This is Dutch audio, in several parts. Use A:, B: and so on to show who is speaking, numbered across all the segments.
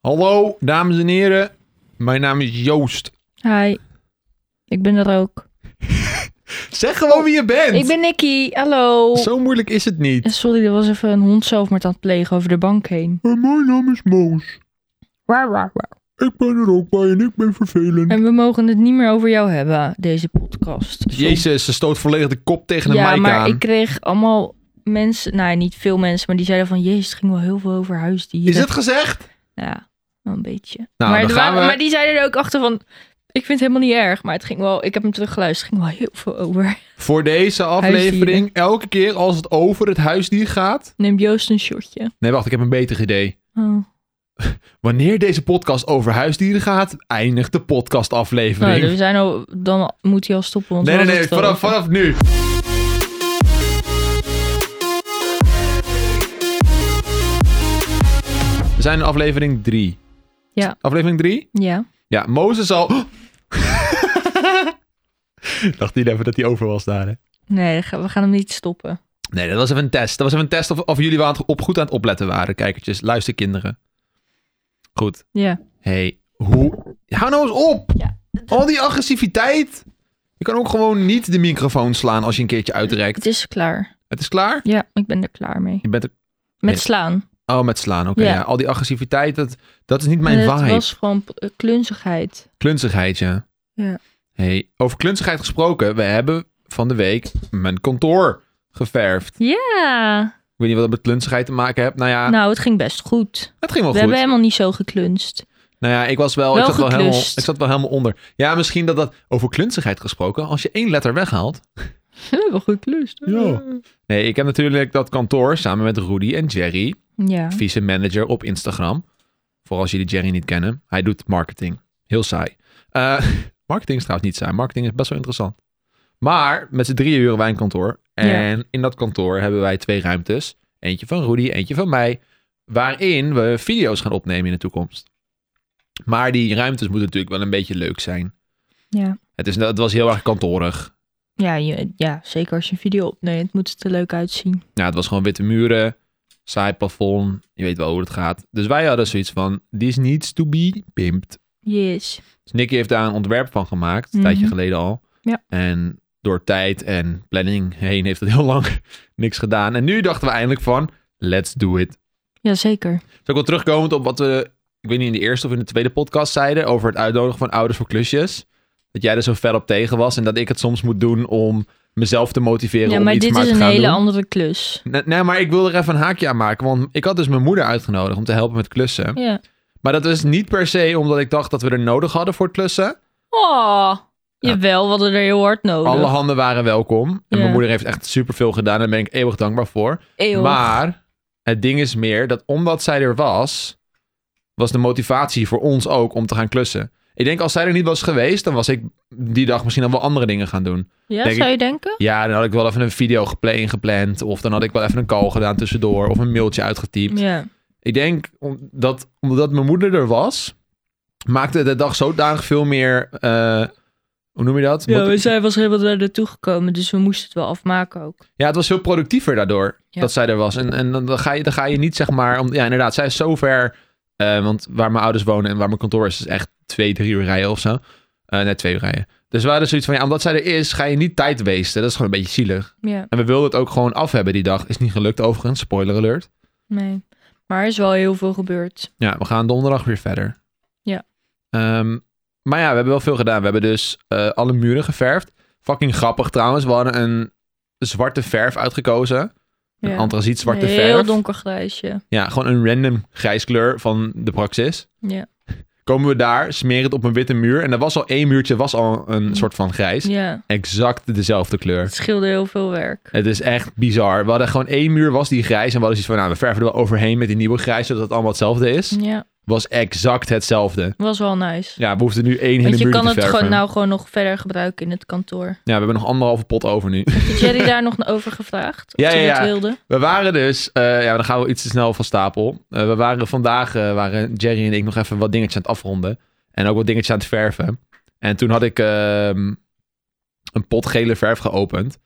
A: Hallo, dames en heren. Mijn naam is Joost.
B: Hi, ik ben er ook.
A: Zeg gewoon wie je bent.
B: Oh, Ik ben Nicky, hallo.
A: Zo moeilijk is het niet.
B: Eh, Sorry, er was even een hond zelfmoord aan het plegen over de bank heen.
A: Eh, mijn naam is Moos. Ik ben er ook bij en ik ben vervelend.
B: En we mogen het niet meer over jou hebben, deze podcast.
A: Jezus, ze stoot volledig de kop tegen de
B: Ja,
A: mic
B: maar
A: aan.
B: ik kreeg allemaal mensen, nou niet veel mensen, maar die zeiden van... Jezus, het ging wel heel veel over huisdieren.
A: Is het gezegd? Nou,
B: Ja, wel een beetje.
A: dan
B: maar, er
A: gaan
B: waren-
A: we.
B: maar die zeiden er ook achter van... Ik vind het helemaal niet erg, maar het ging wel... Ik heb hem teruggeluisterd, het ging wel heel veel over.
A: Voor deze aflevering,
B: Huisdieren.
A: elke keer als het over het huisdier gaat...
B: Neem Joost een shotje.
A: Nee, wacht, ik heb een beter idee.
B: Oh.
A: Wanneer deze podcast over huisdieren gaat, eindigt de
B: Nou,
A: podcastaflevering.
B: we zijn al, dan moet hij al stoppen. Want
A: nee, nee,
B: dan was
A: nee,
B: het wel
A: vanaf,
B: over.
A: vanaf nu. We zijn in aflevering 3.
B: Ja.
A: Aflevering 3?
B: Ja.
A: Ja, Mozes al... Dacht niet even dat hij over was daar, hè?
B: Nee, ga- we gaan hem niet stoppen.
A: Nee, dat was even een test. Dat was even een test of, of jullie wel aan het op, goed aan het opletten waren, kijkertjes. Luister, kinderen. Goed.
B: Ja.
A: hey, hoe... Hou nou eens op!
B: Ja.
A: Al die agressiviteit! Je kan ook gewoon niet de microfoon slaan als je een keertje
B: Het
A: uitreikt.
B: is klaar.
A: Het is klaar?
B: Ja, ik ben er klaar mee.
A: Je bent er...
B: Met
A: Ja.
B: slaan.
A: Oh, met slaan. Oké,
B: Ja.
A: ja. Al die agressiviteit, dat, dat is niet mijn
B: het
A: vibe.
B: was gewoon eh, klunzigheid.
A: Klunzigheid, ja.
B: Ja.
A: Hey, over klunzigheid gesproken. We hebben van de week mijn kantoor geverfd.
B: Ja.
A: Ik weet niet wat dat met klunzigheid te maken heeft. Nou ja,
B: Nou, het ging best goed. we
A: het ging wel goed.
B: hebben helemaal niet zo geklunst.
A: Nou ja, ik was wel, ik
B: Wel
A: zat wel helemaal,
B: geklust.
A: ik zat wel helemaal onder. Ja, misschien dat dat over klunzigheid gesproken. Als je één letter weghaalt.
B: We hebben geklunst.
A: Ja. Nee, ik heb natuurlijk dat kantoor samen met Rudy en Jerry.
B: Ja.
A: vice manager op Instagram. Voor als jullie Jerry niet kennen. Hij doet marketing. Heel saai. Eh, marketing is trouwens niet saai. Marketing is best wel interessant. Maar met z'n drieën huren wij een kantoor. En in dat kantoor hebben wij twee ruimtes. Eentje van Rudy, eentje van mij. Waarin we video's gaan opnemen in de toekomst. Maar die ruimtes moeten natuurlijk wel een beetje leuk zijn.
B: Ja.
A: Het, is, het was heel erg kantorig.
B: Ja, je- ja, zeker als je een video opneemt, moet het er leuk uitzien.
A: Ja, het was gewoon witte muren. Saai plafond. Je weet wel hoe het gaat. Dus wij hadden zoiets van... This needs to be pimped.
B: Yes.
A: Dus Nicky heeft daar een ontwerp van gemaakt, een
B: Mhm.
A: tijdje geleden al.
B: Ja.
A: En door tijd en planning heen heeft het heel lang niks gedaan. En nu dachten we eindelijk van, let's do it.
B: Jazeker.
A: Dus ook wel terugkomend op wat we, ik weet niet, in de eerste of in de tweede podcast zeiden... over het uitnodigen van ouders voor klusjes. Dat jij er zo ver op tegen was en dat ik het soms moet doen om mezelf te motiveren
B: Ja,
A: om
B: maar
A: iets
B: dit
A: maar
B: is
A: te
B: een
A: gaan
B: hele
A: doen.
B: andere klus.
A: Nee, nee, maar ik wil er even een haakje aan maken. Want ik had dus mijn moeder uitgenodigd om te helpen met klussen.
B: Ja.
A: Maar dat was niet per se omdat ik dacht dat we er nodig hadden voor het klussen.
B: Oh,
A: Ja.
B: jawel, we hadden er heel hard nodig.
A: Alle handen waren welkom. En
B: Oh, Ja.
A: mijn moeder heeft echt superveel gedaan. Daar ben ik eeuwig dankbaar voor.
B: Eeuw.
A: Maar het ding is meer dat omdat zij er was, was de motivatie voor ons ook om te gaan klussen. Ik denk als zij er niet was geweest, dan was ik die dag misschien al wel andere dingen gaan doen.
B: ja,
A: denk
B: zou je denken?
A: Ja, dan had ik wel even een video gepla- ingepland. Of dan had ik wel even een call gedaan tussendoor. Of een mailtje uitgetypt.
B: Ja.
A: Ik denk om- dat omdat mijn moeder er was, maakte de dag zodanig veel meer... eh, hoe noem je dat?
B: Ja,
A: Mot-
B: we zij was helemaal daar naartoe gekomen, dus we moesten het wel afmaken ook.
A: Ja, het was veel productiever daardoor
B: Ja.
A: dat zij er was. En, en dan, dan ga je, dan ga je niet zeg maar... Om, ja, inderdaad, zij is zo ver... eh, want waar mijn ouders wonen en waar mijn kantoor is... is echt twee, drie uur rijden of zo. Eh, nee, twee uur rijden. Dus we hadden zoiets van... Ja, omdat zij er is, ga je niet tijd westen. Dat is gewoon een beetje zielig.
B: Ja,
A: En we wilden het ook gewoon af hebben die dag. Is niet gelukt overigens, spoiler alert.
B: nee. Maar er is wel heel veel gebeurd.
A: Ja, we gaan donderdag weer verder.
B: Ja.
A: Ehm, maar ja, we hebben wel veel gedaan. We hebben dus eh, alle muren geverfd. Fucking grappig trouwens. We hadden een zwarte verf uitgekozen. Een
B: Ja.
A: antraziet zwarte
B: heel
A: verf.
B: donkergrijs, ja.
A: Ja, gewoon een random grijs kleur van de Praxis.
B: Ja.
A: Komen we daar, smeren het op een witte muur. En er was al één muurtje, was al een soort van grijs.
B: ja.
A: Exact dezelfde kleur.
B: Het scheelde heel veel werk.
A: Het is echt bizar. We hadden gewoon één muur, was die grijs. En we hadden zoiets van, nou, we verven er wel overheen met die nieuwe grijs, zodat het allemaal hetzelfde is.
B: Ja,
A: Was exact hetzelfde.
B: was wel nice.
A: Ja, we hoefden nu één hele
B: Want je
A: muur te
B: kan het
A: verven.
B: gewoon, nou gewoon nog verder gebruiken in het kantoor.
A: Ja, we hebben nog anderhalve pot over nu.
B: Heeft Jerry daar nog over gevraagd? Of
A: Ja,
B: hij
A: ja,
B: dat
A: ja.
B: wilde?
A: We waren dus, eh, ja, dan gaan we iets te snel van stapel. Eh, we waren vandaag, eh, waren Jerry en ik nog even wat dingetjes aan het afronden. En ook wat dingetjes aan het verven. En toen had ik ehm, een pot gele verf geopend.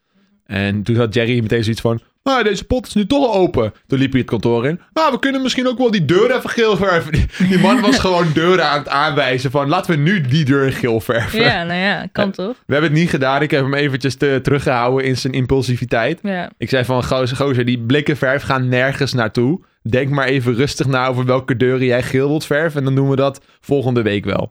A: En toen had Jerry meteen zoiets van, Ah, deze pot is nu toch al open. Toen liep hij het kantoor in. Ah, we kunnen misschien ook wel die deur even geel verven. Die, die man was gewoon deuren aan het aanwijzen van laten we nu die deur geel verven.
B: Ja, nou ja, kan toch?
A: We hebben het niet gedaan. Ik heb hem eventjes te, teruggehouden in zijn impulsiviteit.
B: Ja.
A: Ik zei van, gozer, gozer, die blikken verf gaan nergens naartoe. Denk maar even rustig na over welke deuren jij geel wilt verven. En dan doen we dat volgende week wel.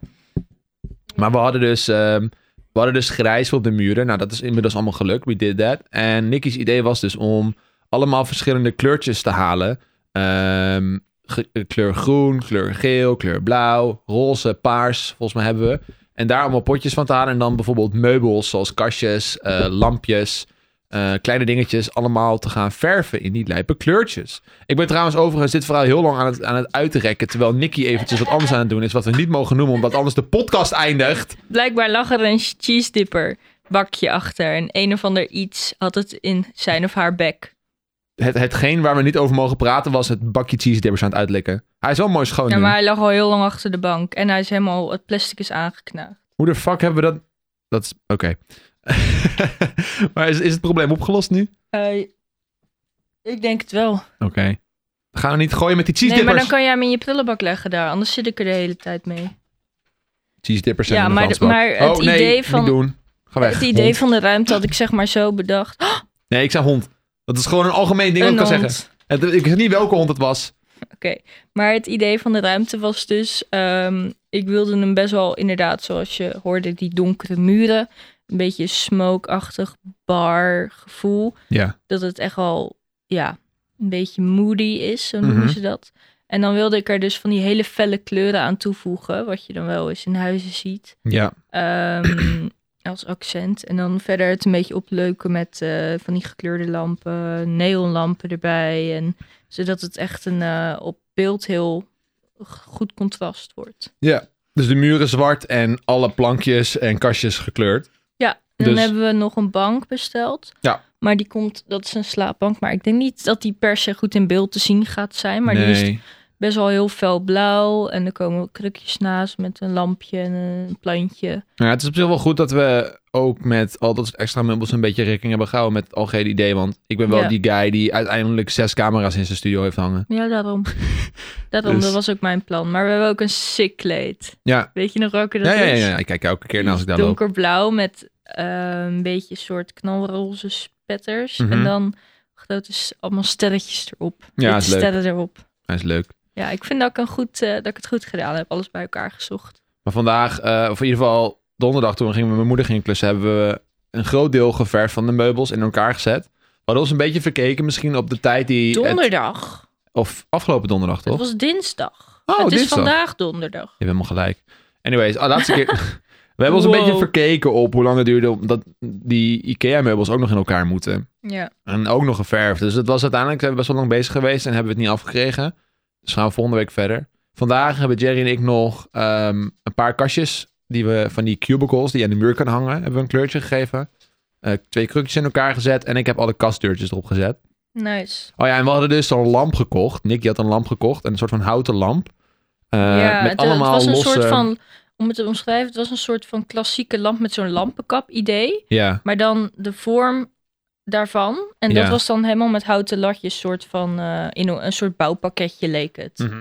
A: Maar we hadden dus, ehm, we hadden dus grijs op de muren. Nou, dat is inmiddels allemaal gelukt. We did that. En Nicky's idee was dus om allemaal verschillende kleurtjes te halen. Ehm, ge- eh, kleur groen, kleur geel, kleur blauw, roze, paars. Volgens mij hebben we. En daar allemaal potjes van te halen. En dan bijvoorbeeld meubels zoals kastjes, eh, lampjes, eh, kleine dingetjes allemaal te gaan verven in die lijpe kleurtjes. Ik ben trouwens overigens dit verhaal heel lang aan het, aan het uitrekken. Terwijl Nicky eventjes wat anders aan het doen is. Wat we niet mogen noemen, omdat anders de podcast eindigt.
B: Blijkbaar lag er een cheese dipper bakje achter. En een of ander iets had het in zijn of haar bek.
A: Het, hetgeen waar we niet over mogen praten was het bakje cheese dippers aan het uitlikken. Hij is wel mooi schoon
B: Ja,
A: nu.
B: maar hij lag al heel lang achter de bank. En hij is helemaal, het plastic is aangeknaagd.
A: Hoe de fuck hebben we dat... Dat is... Oké. maar is, is het probleem opgelost nu?
B: Eh, ik denk het wel.
A: Oké. We gaan we niet gooien met die cheese
B: Nee, maar
A: dippers.
B: dan kan jij hem in je prullenbak leggen daar. Anders zit ik er de hele tijd mee.
A: Cheese dippers zijn
B: Ja,
A: in
B: maar
A: de
B: de-
A: vuilnisbak.
B: maar het
A: oh, nee,
B: idee
A: niet
B: van-
A: doen. Ga weg.
B: Het idee
A: hond.
B: van de ruimte had ik zeg maar zo bedacht. Oh,
A: Nee, ik zei hond. Dat is gewoon een algemeen ding wat
B: een
A: ik kan
B: hond.
A: zeggen. Het, ik weet niet welke hond het was.
B: Oké, maar het idee van de ruimte was dus... ehm, ik wilde hem best wel inderdaad, zoals je hoorde, die donkere muren. Een beetje smokeachtig bar gevoel.
A: Ja.
B: dat het echt wel, ja, een beetje moody is, zo noemen
A: Mhm.
B: ze dat. En dan wilde ik er dus van die hele felle kleuren aan toevoegen, wat je dan wel eens in huizen ziet,
A: Ja.
B: ehm, als accent. En dan verder het een beetje opleuken met eh, van die gekleurde lampen, neonlampen erbij, en, zodat het echt een eh, op beeld heel g- goed contrast wordt.
A: ja. Dus de muren zwart en alle plankjes en kastjes gekleurd.
B: Ja, en dan
A: Dus-
B: hebben we nog een bank besteld.
A: Ja.
B: Maar die komt, dat is een slaapbank. Maar ik denk niet dat die per se goed in beeld te zien gaat zijn. Maar die is best wel heel fel blauw. En er komen krukjes naast met een lampje en een plantje.
A: Nou, het is op zich wel goed dat we ook met al dat soort extra meubels een beetje rekening hebben gehouden met het algehele idee. Want ik ben wel
B: Ja.
A: die guy die uiteindelijk zes camera's in zijn studio heeft hangen.
B: Ja, daarom. daarom,
A: Dus-
B: dat was ook mijn plan. Maar we hebben ook een sick kleed.
A: Ja.
B: Weet je nog welke dat
A: Ja, ja, ja,
B: is?
A: ja. Ik kijk elke keer naar als ik daar loop.
B: Donkerblauw met eh, een beetje soort knalroze spetters.
A: Mhm.
B: En dan grote s- allemaal sterretjes erop.
A: Ja,
B: Witte
A: is leuk.
B: sterren erop.
A: Hij is leuk.
B: Ja, ik vind dat ik, een goed, eh, dat ik het goed gedaan heb. Alles bij elkaar gezocht.
A: Maar vandaag, eh, of in ieder geval donderdag toen gingen we mijn moeder ging klussen, hebben we een groot deel geverfd van de meubels in elkaar gezet. We hadden ons een beetje verkeken misschien op de tijd die... het-
B: Donderdag.
A: of afgelopen donderdag,
B: Het
A: toch?
B: was dinsdag.
A: Oh,
B: het is
A: dinsdag.
B: vandaag donderdag.
A: Je hebt helemaal gelijk. Anyways, ah, laatste keer. We hebben ons een
B: Wow.
A: beetje verkeken op hoe lang het duurde omdat die IKEA-meubels ook nog in elkaar moeten.
B: Ja.
A: En ook nog geverfd. Dus het was uiteindelijk, zijn we best wel lang bezig geweest en hebben we het niet afgekregen. Dus gaan we volgende week verder. Vandaag hebben Jerry en ik nog ehm, een paar kastjes die we van die cubicles die je aan de muur kan hangen, hebben we een kleurtje gegeven. Eh, twee krukjes in elkaar gezet en ik heb alle kastdeurtjes erop gezet.
B: Nice.
A: Oh ja, en we hadden dus zo'n lamp gekocht. Nick die had een lamp gekocht, een soort van houten lamp. Eh,
B: ja,
A: met
B: het, het
A: allemaal
B: was een
A: losse...
B: soort van, om het te omschrijven, het was een soort van klassieke lamp met zo'n lampenkap idee.
A: Ja,
B: Maar dan de vorm daarvan. En dat
A: Ja.
B: was dan helemaal met houten latjes, soort van, eh, in een, een soort bouwpakketje leek
A: Hm.
B: het.
A: Mhm.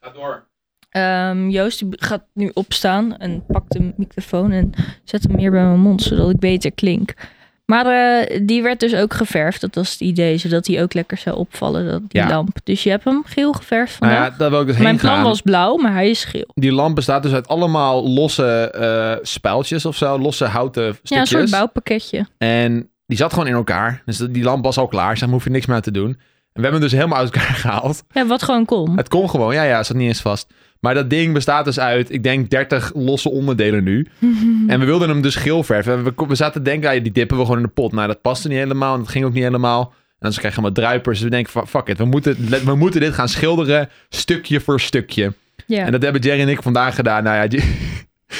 A: Ga door.
B: Ehm, Joost die gaat nu opstaan en pakt de microfoon en zet hem meer bij mijn mond, zodat ik beter klink. Maar eh, die werd dus ook geverfd, dat was het idee, zodat hij ook lekker zou opvallen, dat, die
A: Ja.
B: lamp. Dus je hebt hem geel geverfd
A: Nou
B: vandaag.
A: ja, daar wil ik dus
B: Mijn
A: heen
B: plan
A: gaan.
B: was blauw, maar hij is geel.
A: Die lamp bestaat dus uit allemaal losse eh spijltjes of zo, losse houten stukjes.
B: Ja, een soort bouwpakketje.
A: En die zat gewoon in elkaar. Dus die lamp was al klaar, zeg maar, hoef je niks meer aan te doen. En we hebben hem dus helemaal uit elkaar gehaald.
B: Ja, wat gewoon kon.
A: Het kon gewoon, ja, ja, het zat niet eens vast. Maar dat ding bestaat dus uit, ik denk, 30 losse onderdelen nu. En we wilden hem dus geel verven. We, we zaten te denken, ah, die dippen we gewoon in de pot. Nou, dat paste niet helemaal. En dat ging ook niet helemaal. En dan krijgen we allemaal druipers. Dus we denken, van, fuck it, we moeten, we moeten dit gaan schilderen stukje voor stukje.
B: Ja.
A: En dat hebben Jerry en ik vandaag gedaan. Nou ja, J-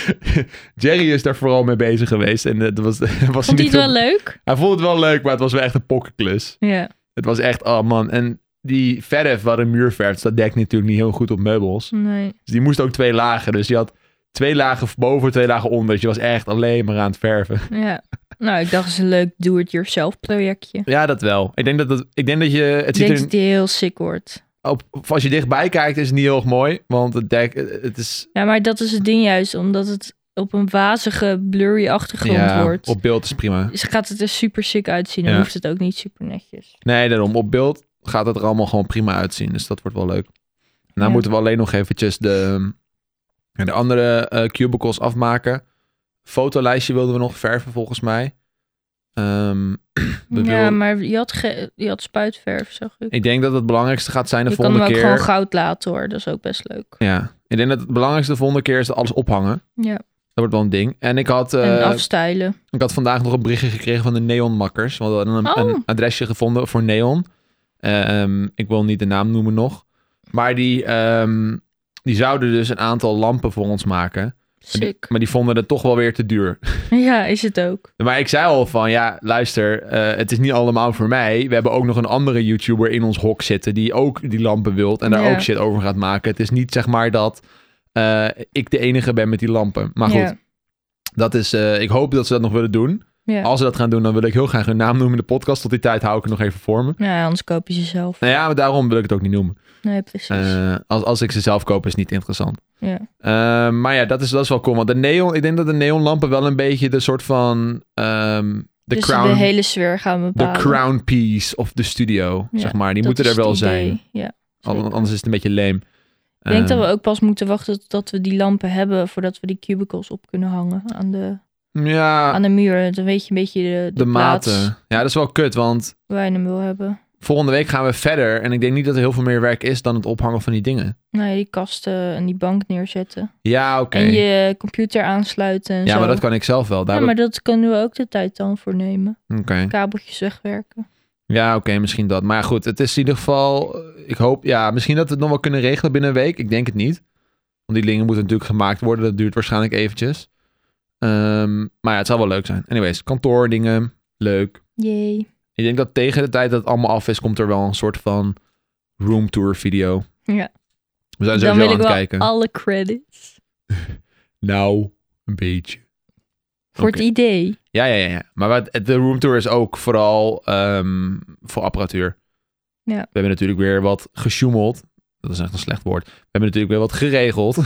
A: Jerry is daar vooral mee bezig geweest. En eh, dat was, was
B: Vond hij
A: niet
B: het wel
A: veel-
B: leuk?
A: Hij vond het wel leuk, maar het was wel echt een pokkenklus.
B: Ja.
A: Het was echt, oh man. En die verf waar een muur verft, dat dekt natuurlijk niet heel goed op meubels.
B: Nee.
A: Dus die moest ook twee lagen. Dus die had twee lagen boven, twee lagen onder. Dus je was echt alleen maar aan het verven.
B: Ja. Nou, ik dacht, het is een leuk do-it-yourself projectje.
A: Ja, dat wel. Ik denk dat, dat, ik denk dat je... Het ziet
B: Ik denk
A: er,
B: dat die heel sick wordt.
A: op, of als je dichtbij kijkt is het niet heel erg mooi. Want het, dek, het is
B: Ja, maar dat is het ding juist, omdat het op een wazige, blurry achtergrond
A: ja,
B: wordt.
A: op beeld is prima.
B: Dus gaat het er super sick uitzien, dan
A: Ja.
B: hoeft het ook niet super netjes.
A: Nee, daarom. Op beeld gaat het er allemaal gewoon prima uitzien. Dus dat wordt wel leuk. En dan
B: Ja.
A: moeten we alleen nog eventjes de, de andere eh, cubicles afmaken. Fotolijstje wilden we nog verven volgens mij. Ehm, we
B: ja,
A: wilden-
B: maar je had, ge- je had spuitverf, zag ik.
A: Ik denk dat het belangrijkste gaat zijn de
B: je kan hem
A: volgende
B: ook
A: keer.
B: gewoon goud laten hoor, dat is ook best leuk.
A: Ja, ik denk dat het belangrijkste de volgende keer is dat alles ophangen.
B: Ja,
A: Dat wordt wel een ding. En ik had, eh,
B: en afstijlen.
A: ik had vandaag nog een berichtje gekregen van de neonmakkers. We hadden een,
B: Oh.
A: een adresje gevonden voor neon. Ehm, ik wil niet de naam noemen nog. Maar die, ehm, die zouden dus een aantal lampen voor ons maken. Maar die-
B: Sick.
A: maar die vonden het toch wel weer te duur.
B: Ja, is het ook.
A: Maar ik zei al van, ja, luister, eh, het is niet allemaal voor mij. We hebben ook nog een andere YouTuber in ons hok zitten die ook die lampen wilt en daar
B: Ja.
A: ook shit over gaat maken. Het is niet zeg maar dat eh, ik de enige ben met die lampen. Maar goed,
B: Ja.
A: dat is, eh, ik hoop dat ze dat nog willen doen.
B: Ja.
A: Als ze dat gaan doen, dan wil ik heel graag hun naam noemen in de podcast. Tot die tijd hou ik het nog even voor me.
B: Nou ja, anders koop je ze zelf.
A: Nou ja, maar daarom wil ik het ook niet noemen.
B: Nee, precies.
A: Eh, als, als ik ze zelf koop, is het niet interessant.
B: ja.
A: Eh, maar ja, dat is, dat is wel cool. Want de neon, ik denk dat de neonlampen wel een beetje de soort van... ehm, de
B: dus
A: crown
B: de hele sfeer gaan we
A: de
B: bepalen.
A: crown piece of de studio,
B: Ja,
A: zeg maar. Die
B: Dat
A: moeten
B: is
A: er wel
B: het idee.
A: zijn. Eh.
B: Ja,
A: Al-
B: zeker.
A: Anders is het een beetje leem.
B: Ik denk dat we ook pas moeten wachten tot we die lampen hebben voordat we die cubicles op kunnen hangen aan de,
A: Ehm, Ja,
B: aan de muur. Dan weet je een beetje de, de,
A: Ah. de
B: plaats
A: maten. Ja, dat is wel kut, want
B: waar je hem wil hebben.
A: volgende week gaan we verder. En ik denk niet dat er heel veel meer werk is dan het ophangen van die dingen.
B: Nou ja, die kasten en die bank neerzetten.
A: Ja, oké.
B: En je computer aansluiten en
A: Ja,
B: zo.
A: maar dat kan ik zelf wel. Daar
B: Ja,
A: heb
B: maar
A: ik-
B: dat kunnen we ook de tijd dan voor nemen.
A: Oké.
B: Kabeltjes wegwerken.
A: Ja, oké, misschien dat. Maar goed, het is in ieder geval... eh, Ik hoop... Ja, misschien dat we het nog wel kunnen regelen binnen een week. Ik denk het niet. Want die dingen moeten natuurlijk gemaakt worden. Dat duurt waarschijnlijk eventjes. Ehm, maar ja, het zal wel leuk zijn. Anyways, kantoordingen. Leuk.
B: Jee.
A: Ik denk dat tegen de tijd dat het allemaal af is, komt er wel een soort van room tour video.
B: Ja.
A: We zijn
B: Dan
A: sowieso
B: wil
A: aan
B: ik
A: het
B: wel
A: kijken.
B: alle credits.
A: Nou, een beetje.
B: Voor
A: Oké.
B: het idee.
A: Ja, ja, ja. ja. Maar wat, de room tour is ook vooral ehm, voor apparatuur.
B: Ja.
A: We hebben natuurlijk weer wat gesjoemeld. Dat is echt een slecht woord. We hebben natuurlijk weer wat geregeld.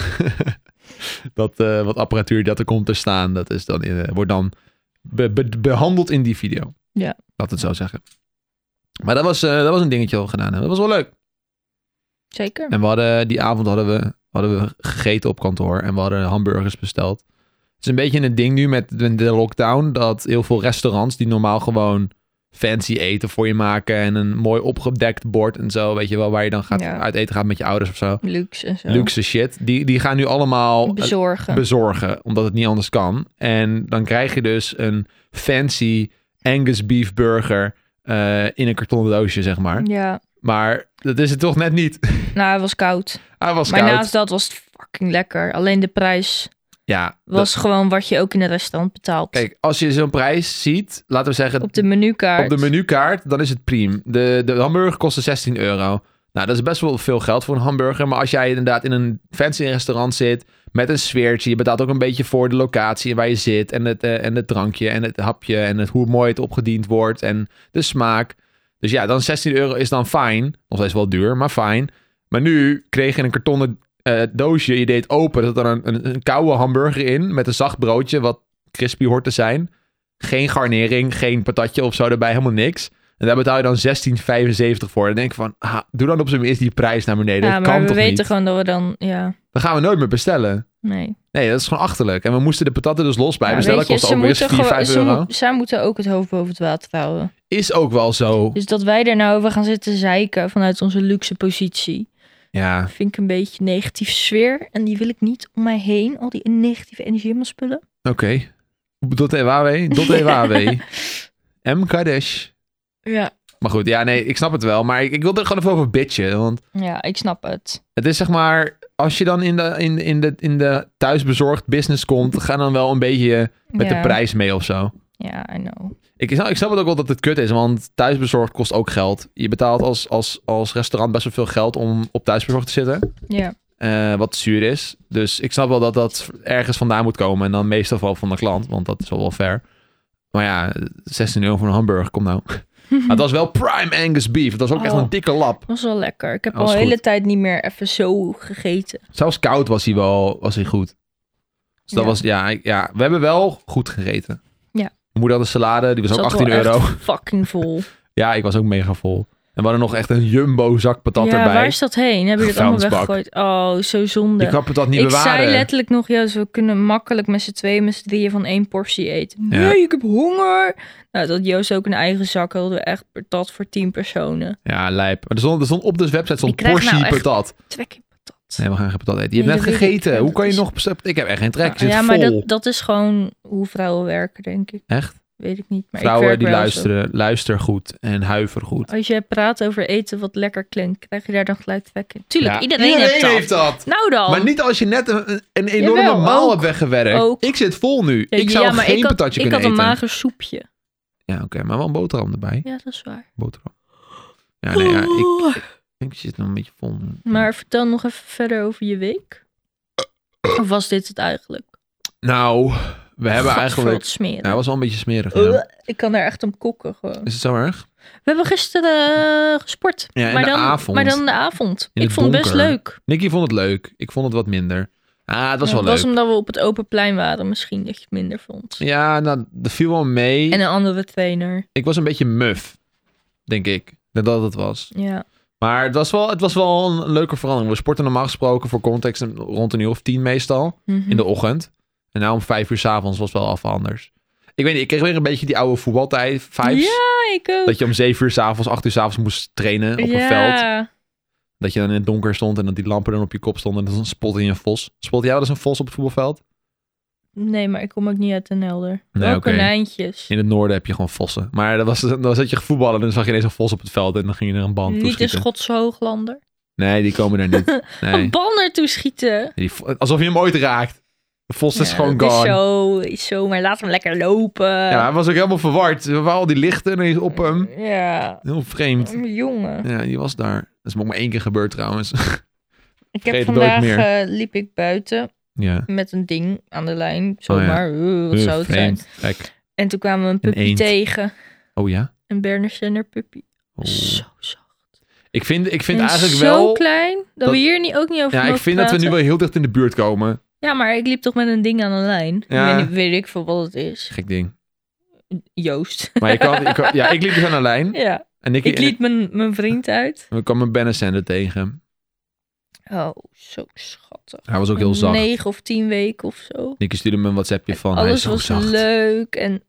A: dat eh, wat apparatuur dat er komt te staan, dat is dan, eh, wordt dan be- be- behandeld in die video.
B: Ja.
A: Laat het zo zeggen. Maar dat was, eh, dat was een dingetje al gedaan. hebben. Dat was wel leuk.
B: Zeker.
A: En we hadden, die avond hadden we, hadden we gegeten op kantoor en we hadden hamburgers besteld. Het is een beetje een ding nu met de de lockdown dat heel veel restaurants die normaal gewoon fancy eten voor je maken en een mooi opgedekt bord en zo, weet je wel, waar je dan gaat
B: Ja.
A: uit eten gaat met je ouders of zo.
B: Luxe en zo.
A: Luxe shit. Die, die gaan nu allemaal eh,
B: Bezorgen.
A: bezorgen, omdat het niet anders kan. En dan krijg je dus een fancy Angus beef burger eh, in een kartonnen doosje, zeg maar.
B: ja.
A: Maar dat is het toch net niet.
B: Nou, het was koud.
A: Hij was
B: Maar
A: koud.
B: naast dat was het fucking lekker. Alleen de prijs
A: Ja, dat-
B: was gewoon wat je ook in een restaurant betaalt.
A: Kijk, als je zo'n prijs ziet, laten we zeggen op
B: op
A: de,
B: de menukaart.
A: menukaart, dan is het priem. De, de hamburger kostte 16 euro. Nou, dat is best wel veel geld voor een hamburger. Maar als jij inderdaad in een fancy restaurant zit met een sfeertje, je betaalt ook een beetje voor de locatie waar je zit en het, eh, en het drankje en het hapje en het, hoe mooi het opgediend wordt en de smaak. Dus ja, dan 16 euro is dan fijn. Nog steeds wel duur, maar fijn. Maar nu kreeg je een kartonnen eh, doosje, je deed open, er zat dan een, een, een koude hamburger in met een zacht broodje wat crispy hoort te zijn. Geen garnering, geen patatje of zo erbij, helemaal niks. En daar betaal je dan 16,75 voor. Dan denk ik van, ah, doe dan op zijn minst die prijs naar beneden.
B: ja,
A: dat kan
B: maar we
A: toch
B: weten
A: niet?
B: gewoon dat we dan... Ja,
A: Dan gaan we nooit meer bestellen.
B: nee.
A: Nee, dat is gewoon achterlijk. En we moesten de patatten dus los bij
B: Ja,
A: bestellen.
B: weet je,
A: Dat kost
B: ze
A: ook weer eens
B: moeten
A: 4,
B: gewoon...
A: 5
B: Ze
A: euro.
B: mo- zij moeten ook het hoofd boven het water houden.
A: Is ook wel zo.
B: Dus dat wij daar nou over gaan zitten zeiken vanuit onze luxe positie...
A: Ja,
B: vind ik een beetje een negatieve sfeer. En die wil ik niet om mij heen. Al die negatieve energie in mijn spullen.
A: oké. Dot e Huawei, dot e Huawei. M. Kadesh.
B: Ja.
A: Maar goed, ja, nee, ik snap het wel. Maar ik, ik wil er gewoon even over bitchen. Want
B: Ja, ik snap het.
A: Het is zeg maar, als je dan in de, in, in de, in de thuisbezorgd business komt, ga dan wel een beetje met
B: ja.
A: de prijs mee of zo.
B: Ja, I know.
A: Ik, snap- ik snap het ook wel dat het kut is, want thuisbezorgd kost ook geld. Je betaalt als, als, als restaurant best wel veel geld om op thuisbezorgd te zitten,
B: Ja.
A: eh, wat zuur is. Dus ik snap wel dat dat ergens vandaan moet komen en dan meestal wel van de klant, want dat is wel wel fair. Maar ja, 16 euro voor een hamburger, kom nou. Maar het was wel prime Angus beef. Het was ook echt
B: Oh.
A: een dikke lap.
B: was wel lekker. Ik heb
A: Dat
B: al
A: was
B: een hele
A: goed.
B: tijd niet meer even zo gegeten.
A: Zelfs koud was hij wel was hij goed. Dus dat
B: Ja.
A: was, ja, ik- ja, we hebben wel goed gegeten.
B: Ja.
A: Mijn moeder had een salade, die was
B: Zat
A: ook
B: wel
A: 18 euro.
B: echt fucking vol.
A: Ja, ik was ook mega vol. En we hadden nog echt een jumbo zak patat
B: ja,
A: erbij.
B: waar is dat heen? Hebben jullie het allemaal
A: Vuilnisbak.
B: weggegooid? Oh, zo zonde.
A: Je kan patat niet
B: ik
A: bewaren.
B: zei letterlijk nog, ja, dus we kunnen makkelijk met z'n tweeën, met z'n drieën van één portie eten.
A: Ja.
B: Nee, ik heb honger. Nou, dat Joost ook een eigen zak wilde, echt patat voor tien personen.
A: Ja, lijp. Maar er stond, er stond op de website stond
B: Ik krijg
A: portie
B: nou echt-
A: patat.
B: Trek je patat.
A: Nee, we gaan geen patat eten. Je
B: Nee,
A: hebt net
B: dat weet ik.
A: gegeten.
B: Ja,
A: Hoe
B: dat
A: kan je
B: is-
A: nog... Ik heb echt geen trek. Ik zit
B: ja,
A: vol.
B: maar dat, dat is gewoon hoe vrouwen werken, denk ik.
A: Echt?
B: Weet ik niet. Maar ik
A: Vrouwen
B: werk
A: die
B: wel zo.
A: luisteren, luister goed en huiver goed.
B: Als je praat over eten wat lekker klinkt, krijg je daar dan geluidverwekkend. Tuurlijk,
A: Ja,
B: iedereen, heeft dat. Nou dan.
A: Maar niet als je net een, een- een enorme
B: Jawel,
A: maal
B: ook.
A: hebt weggewerkt.
B: Ook.
A: Ik zit vol nu.
B: Ja,
A: ik zou
B: ja, maar
A: geen
B: ik had,
A: patatje
B: ik
A: kunnen
B: had een
A: eten.
B: mager soepje.
A: Ja, oké, maar wel een boterham erbij.
B: Ja, dat is waar.
A: Boterham. Ja, nee, ja, ik,
B: Oeh.
A: ik zit nog een beetje vol nu.
B: Maar vertel nog even verder over je week. Of was dit het eigenlijk?
A: Nou, we hebben eigenlijk...
B: smeren.
A: Nou, hij was wel een beetje smerig. ja.
B: Ugh, Eh, Ik kan daar echt om kokken gewoon.
A: Is het zo erg?
B: We hebben gisteren eh, gesport.
A: Ja, in
B: maar,
A: de
B: dan,
A: avond.
B: maar dan in de avond.
A: In
B: ik
A: het
B: vond het best
A: donker.
B: leuk.
A: Nicky vond het leuk. Ik vond het wat minder. Ah, het was
B: Ja,
A: wel
B: het was
A: leuk.
B: omdat we op het open plein waren misschien dat je het minder vond.
A: Ja, nou, er viel wel mee.
B: En een andere trainer.
A: Ik was een beetje muf, denk ik. Ik denk Dat het was.
B: Ja.
A: Maar het was wel, het was wel een leuke verandering. We sporten normaal gesproken voor context een- rond een uur of tien meestal.
B: Mhm.
A: In de ochtend. En nou om vijf uur s'avonds was wel af anders. Ik weet niet, ik kreeg weer een beetje die oude voetbaltijd vibes.
B: Ja, ik ook.
A: Dat je om zeven uur s'avonds, acht uur s'avonds moest trainen op een veld.
B: Ja.
A: Dat je dan in het donker stond en dat die lampen dan op je kop stonden. En dat dan spotte je een vos. Spotte jij wel eens een vos op het voetbalveld?
B: Nee, maar ik kom ook niet uit Den Helder.
A: Nee,
B: Wel
A: oké.
B: konijntjes.
A: In het noorden heb je gewoon vossen. Maar dan, was, dan zat je voetballen en dan zag je ineens een vos op het veld. En dan ging je er een band
B: Niet de
A: toeschieten.
B: Schotse hooglander.
A: Nee, die komen er niet. Nee.
B: Een bal naartoe schieten.
A: Die vo- alsof je hem ooit raakt. De vos is
B: Ja,
A: gewoon
B: dat
A: gone.
B: Is zo, eh. is zo, maar laat hem lekker lopen.
A: Ja, hij was ook helemaal verward. Er waren al die lichten ineens op hem.
B: Ja,
A: Heel vreemd.
B: maar jongen.
A: Ja, die was daar. Dat is me ook maar één keer gebeurd trouwens.
B: Ik
A: Vergeet
B: heb
A: het nooit
B: vandaag
A: meer.
B: eh, liep ik buiten
A: ja.
B: met een ding aan de lijn. Zomaar, Oeh, wat
A: Eh,
B: zou het zijn?
A: Oh vreemd. Kijk.
B: En toen kwamen we een puppy
A: eend.
B: tegen.
A: Oh ja?
B: Een Berner puppy.
A: Oh.
B: Zo zacht.
A: Ik vind, ik vind
B: En
A: eigenlijk
B: zo
A: wel...
B: klein, dat,
A: dat-
B: we hier niet, ook niet over
A: Ja, ik
B: mogen
A: vind dat we nu
B: praten.
A: wel heel dicht in de buurt komen.
B: Ja, maar ik liep toch met een ding aan de lijn.
A: Ja.
B: Ik weet, niet- weet ik veel wat het is.
A: Gek ding.
B: Joost.
A: Maar je kan, je kan- ja, ik liep dus aan de lijn.
B: ja,
A: En Nicky,
B: ik liet mijn, mijn vriend uit.
A: en ik kwam een Benesender tegen.
B: Oh, zo schattig.
A: Hij was ook heel zacht.
B: Negen of tien weken of zo.
A: Nicky stuurde me een WhatsAppje van... hij is
B: Alles
A: zo
B: was
A: zacht.
B: leuk en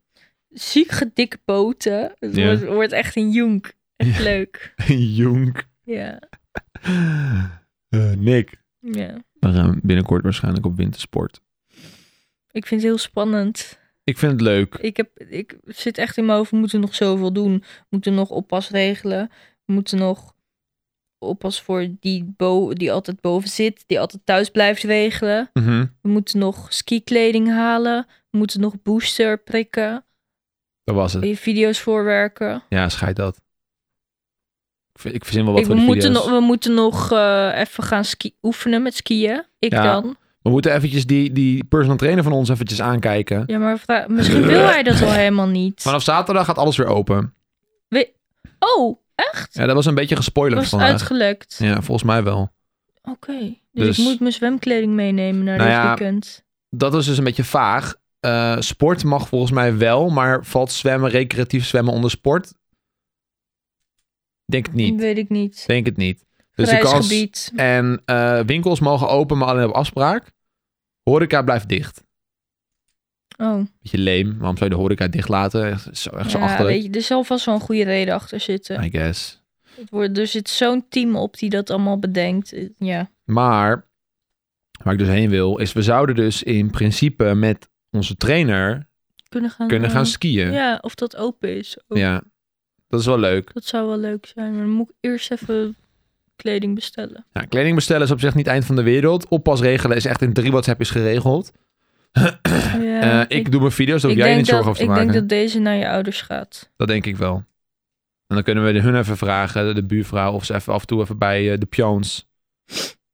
B: ziek gedikke poten. Het
A: Ja.
B: wordt, wordt echt een jonk. Echt
A: Ja.
B: leuk.
A: Jonk.
B: Ja.
A: Eh, Nick.
B: ja.
A: We gaan binnenkort waarschijnlijk op wintersport.
B: Ik vind het heel spannend.
A: Ik vind het leuk.
B: Ik, heb, ik zit echt in mijn hoofd, we moeten nog zoveel doen. We moeten nog oppas regelen. We moeten nog oppas voor die, bo die altijd boven zit, die altijd thuis blijft regelen.
A: Mhm.
B: We moeten nog skikleding halen. We moeten nog booster prikken.
A: Dat was het.
B: Je video's voorwerken.
A: Ja, scheid dat. Ik, vind- ik verzin wel wat
B: Ik-
A: voor
B: we,
A: de
B: moeten
A: video's.
B: nog, we moeten nog eh, even gaan ski oefenen met skiën. Ik
A: Ja.
B: dan.
A: We moeten eventjes die, die personal trainer van ons eventjes aankijken.
B: Ja, maar vra- misschien wil hij dat wel helemaal niet.
A: Vanaf zaterdag gaat alles weer open.
B: Oh, echt?
A: Ja, dat was een beetje gespoilerd
B: Was
A: vandaag.
B: uitgelukt.
A: Ja, volgens mij wel.
B: Oké. Dus,
A: Dus-
B: ik moet mijn zwemkleding meenemen naar
A: Nou
B: dit
A: ja.
B: weekend.
A: Dat is dus een beetje vaag. Eh, sport mag volgens mij wel, maar valt zwemmen, recreatief zwemmen onder sport? Denk het niet.
B: Weet ik niet.
A: Denk het niet. Dus de
B: Grijs
A: kans...
B: gebied.
A: En eh, winkels mogen open, maar alleen op afspraak. Horeca blijft dicht.
B: Oh,
A: Beetje leem. Waarom zou je de horeca dicht laten? Echt zo, echt zo
B: ja,
A: achterlijk.
B: weet je, er zal vast wel een goede reden achter zitten.
A: I guess.
B: Het wordt, er zit zo'n team op die dat allemaal bedenkt. Eh, Ja.
A: Maar waar ik dus heen wil, is we zouden dus in principe met onze trainer
B: Kunnen gaan,
A: kunnen gaan
B: eh,
A: skiën. Ja.
B: Ja, of dat open is. ook.
A: Dat is wel leuk.
B: Dat zou wel leuk zijn. Maar dan moet ik eerst even kleding bestellen.
A: Ja, Nou, kleding bestellen is op zich niet eind van de wereld. Oppas regelen is echt in drie WhatsAppjes geregeld.
B: Ja,
A: Eh, ik, doe mijn video's, daar
B: ik
A: hoef jij je
B: denk
A: niet zorgen over
B: dat-
A: te
B: ik
A: maken.
B: denk
A: Dat...
B: dat deze naar je ouders gaat.
A: denk ik wel. En dan kunnen we de- hun even vragen, de buurvrouw, of ze even af en toe even bij eh, de pions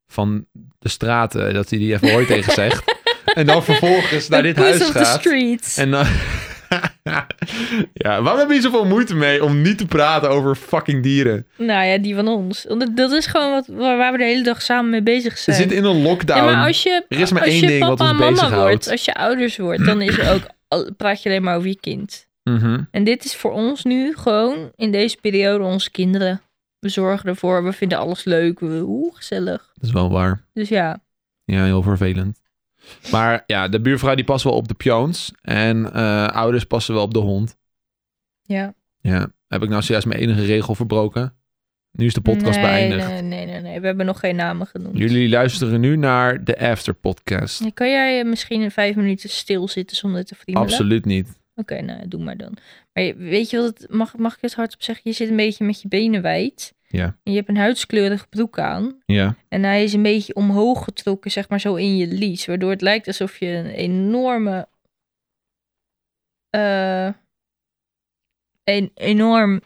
A: van de straten, dat hij die even hooi tegen zegt. En dan vervolgens naar dit
B: Poes
A: huis
B: of the
A: gaat.
B: streets.
A: En dan, ja, waarom hebben je zoveel moeite mee om niet te praten over fucking dieren?
B: Nou ja, die van ons. Want Dat is gewoon wat, waar waar we de hele dag samen mee bezig
A: Ze
B: zijn.
A: zitten in een
B: Ja,
A: lockdown.
B: maar als je,
A: Er is maar
B: als
A: één
B: je
A: ding wat
B: papa en
A: ons
B: mama
A: bezighoudt.
B: wordt, als je ouders wordt, dan is er ook, al- praat je alleen maar over je kind.
A: Mhm.
B: En dit is voor ons nu gewoon in deze periode onze kinderen. We zorgen ervoor, we vinden alles leuk, we, hoe gezellig.
A: Dat is wel waar.
B: Dus ja,
A: Ja, heel vervelend. Maar ja, de buurvrouw die past wel op de pions. En eh, ouders passen wel op de hond.
B: ja.
A: Ja, heb ik nou zojuist mijn enige regel verbroken? Nu is de podcast
B: nee,
A: beëindigd.
B: Nee, nee, nee, nee, we hebben nog geen namen genoemd.
A: Jullie luisteren nu naar de After Podcast.
B: Ja, Kan jij eh, misschien in vijf minuten stilzitten zonder te friemelen?
A: Absoluut niet.
B: Oké, nou, doe maar dan. Maar je- weet je wat, het, mag, mag ik het hardop zeggen? Je zit een beetje met je benen wijd.
A: Ja.
B: En je hebt een huidskleurige broek aan.
A: Ja.
B: En hij is een beetje omhoog getrokken, zeg maar zo in je lies. Waardoor het lijkt alsof je een enorme. eh, een enorm.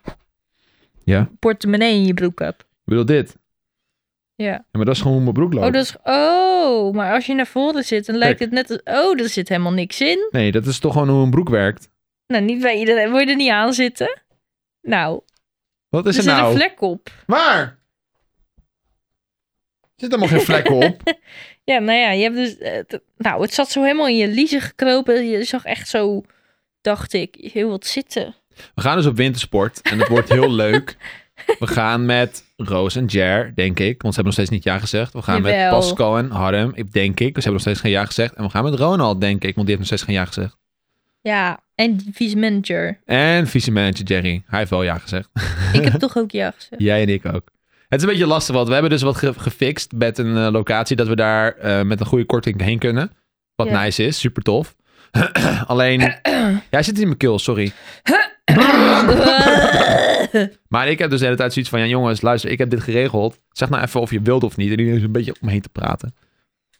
A: Ja.
B: portemonnee in je broek hebt. Oh,
A: Ik bedoel dit.
B: Ja.
A: Ja, maar dat is gewoon hoe mijn broek loopt.
B: Oh, dat is. Oh, maar als je naar voren zit, dan lijkt
A: Kijk.
B: het net. als- Oh, er zit helemaal niks in.
A: Nee, dat is toch gewoon hoe een broek werkt.
B: Nou, niet bij iedereen. Wil je er niet aan zitten? Nou,
A: Wat is
B: er
A: er
B: zit
A: nou?
B: een vlek op.
A: Waar? Er zit helemaal geen vlekken op.
B: Ja, nou ja, je hebt dus. eh, t- nou, het zat zo helemaal in je liezen gekropen. Je zag echt zo, dacht ik, heel wat zitten.
A: We gaan dus op wintersport en het wordt heel leuk. We gaan met Roos en Jer, denk ik. Want ze hebben nog steeds niet ja gezegd. We gaan met
B: Jawel.
A: Pascal en Harm, ik- denk ik. Ze hebben nog steeds geen ja gezegd. En we gaan met Ronald, denk ik. Want die heeft nog steeds geen ja gezegd.
B: Ja, en die vice manager.
A: En vice-manager Jerry. Hij heeft wel ja gezegd.
B: Ik heb toch ook ja gezegd.
A: Jij en ik ook. Het is een beetje lastig, want we hebben dus wat ge- gefixt met een eh, locatie. Dat we daar eh, met een goede korting heen kunnen. Wat
B: Ja.
A: nice is, super tof. Alleen, jij zit in mijn keel, sorry. Maar ik heb dus de hele tijd zoiets van, ja jongens, luister, ik heb dit geregeld. Zeg nou even of je wilt of niet. En iedereen is een beetje omheen te praten.
B: nou,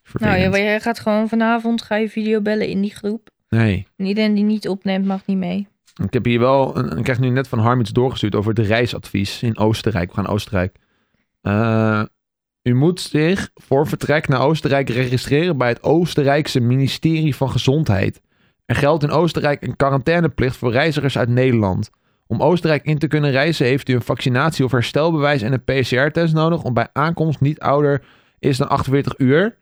A: Vervelend.
B: ja, jij gaat gewoon vanavond ga je video bellen in die groep.
A: Nee,
B: En iedereen die niet opneemt, mag niet mee.
A: ik heb hier wel, een- ik krijg nu net van Harm iets doorgestuurd over het reisadvies in Oostenrijk. We gaan naar Oostenrijk. Eh, u moet zich voor vertrek naar Oostenrijk registreren bij het Oostenrijkse ministerie van Gezondheid. Er geldt in Oostenrijk een quarantaineplicht voor reizigers uit Nederland. Om Oostenrijk in te kunnen reizen heeft u een vaccinatie of herstelbewijs en een PCR-test nodig om bij aankomst niet ouder is dan 48 uur.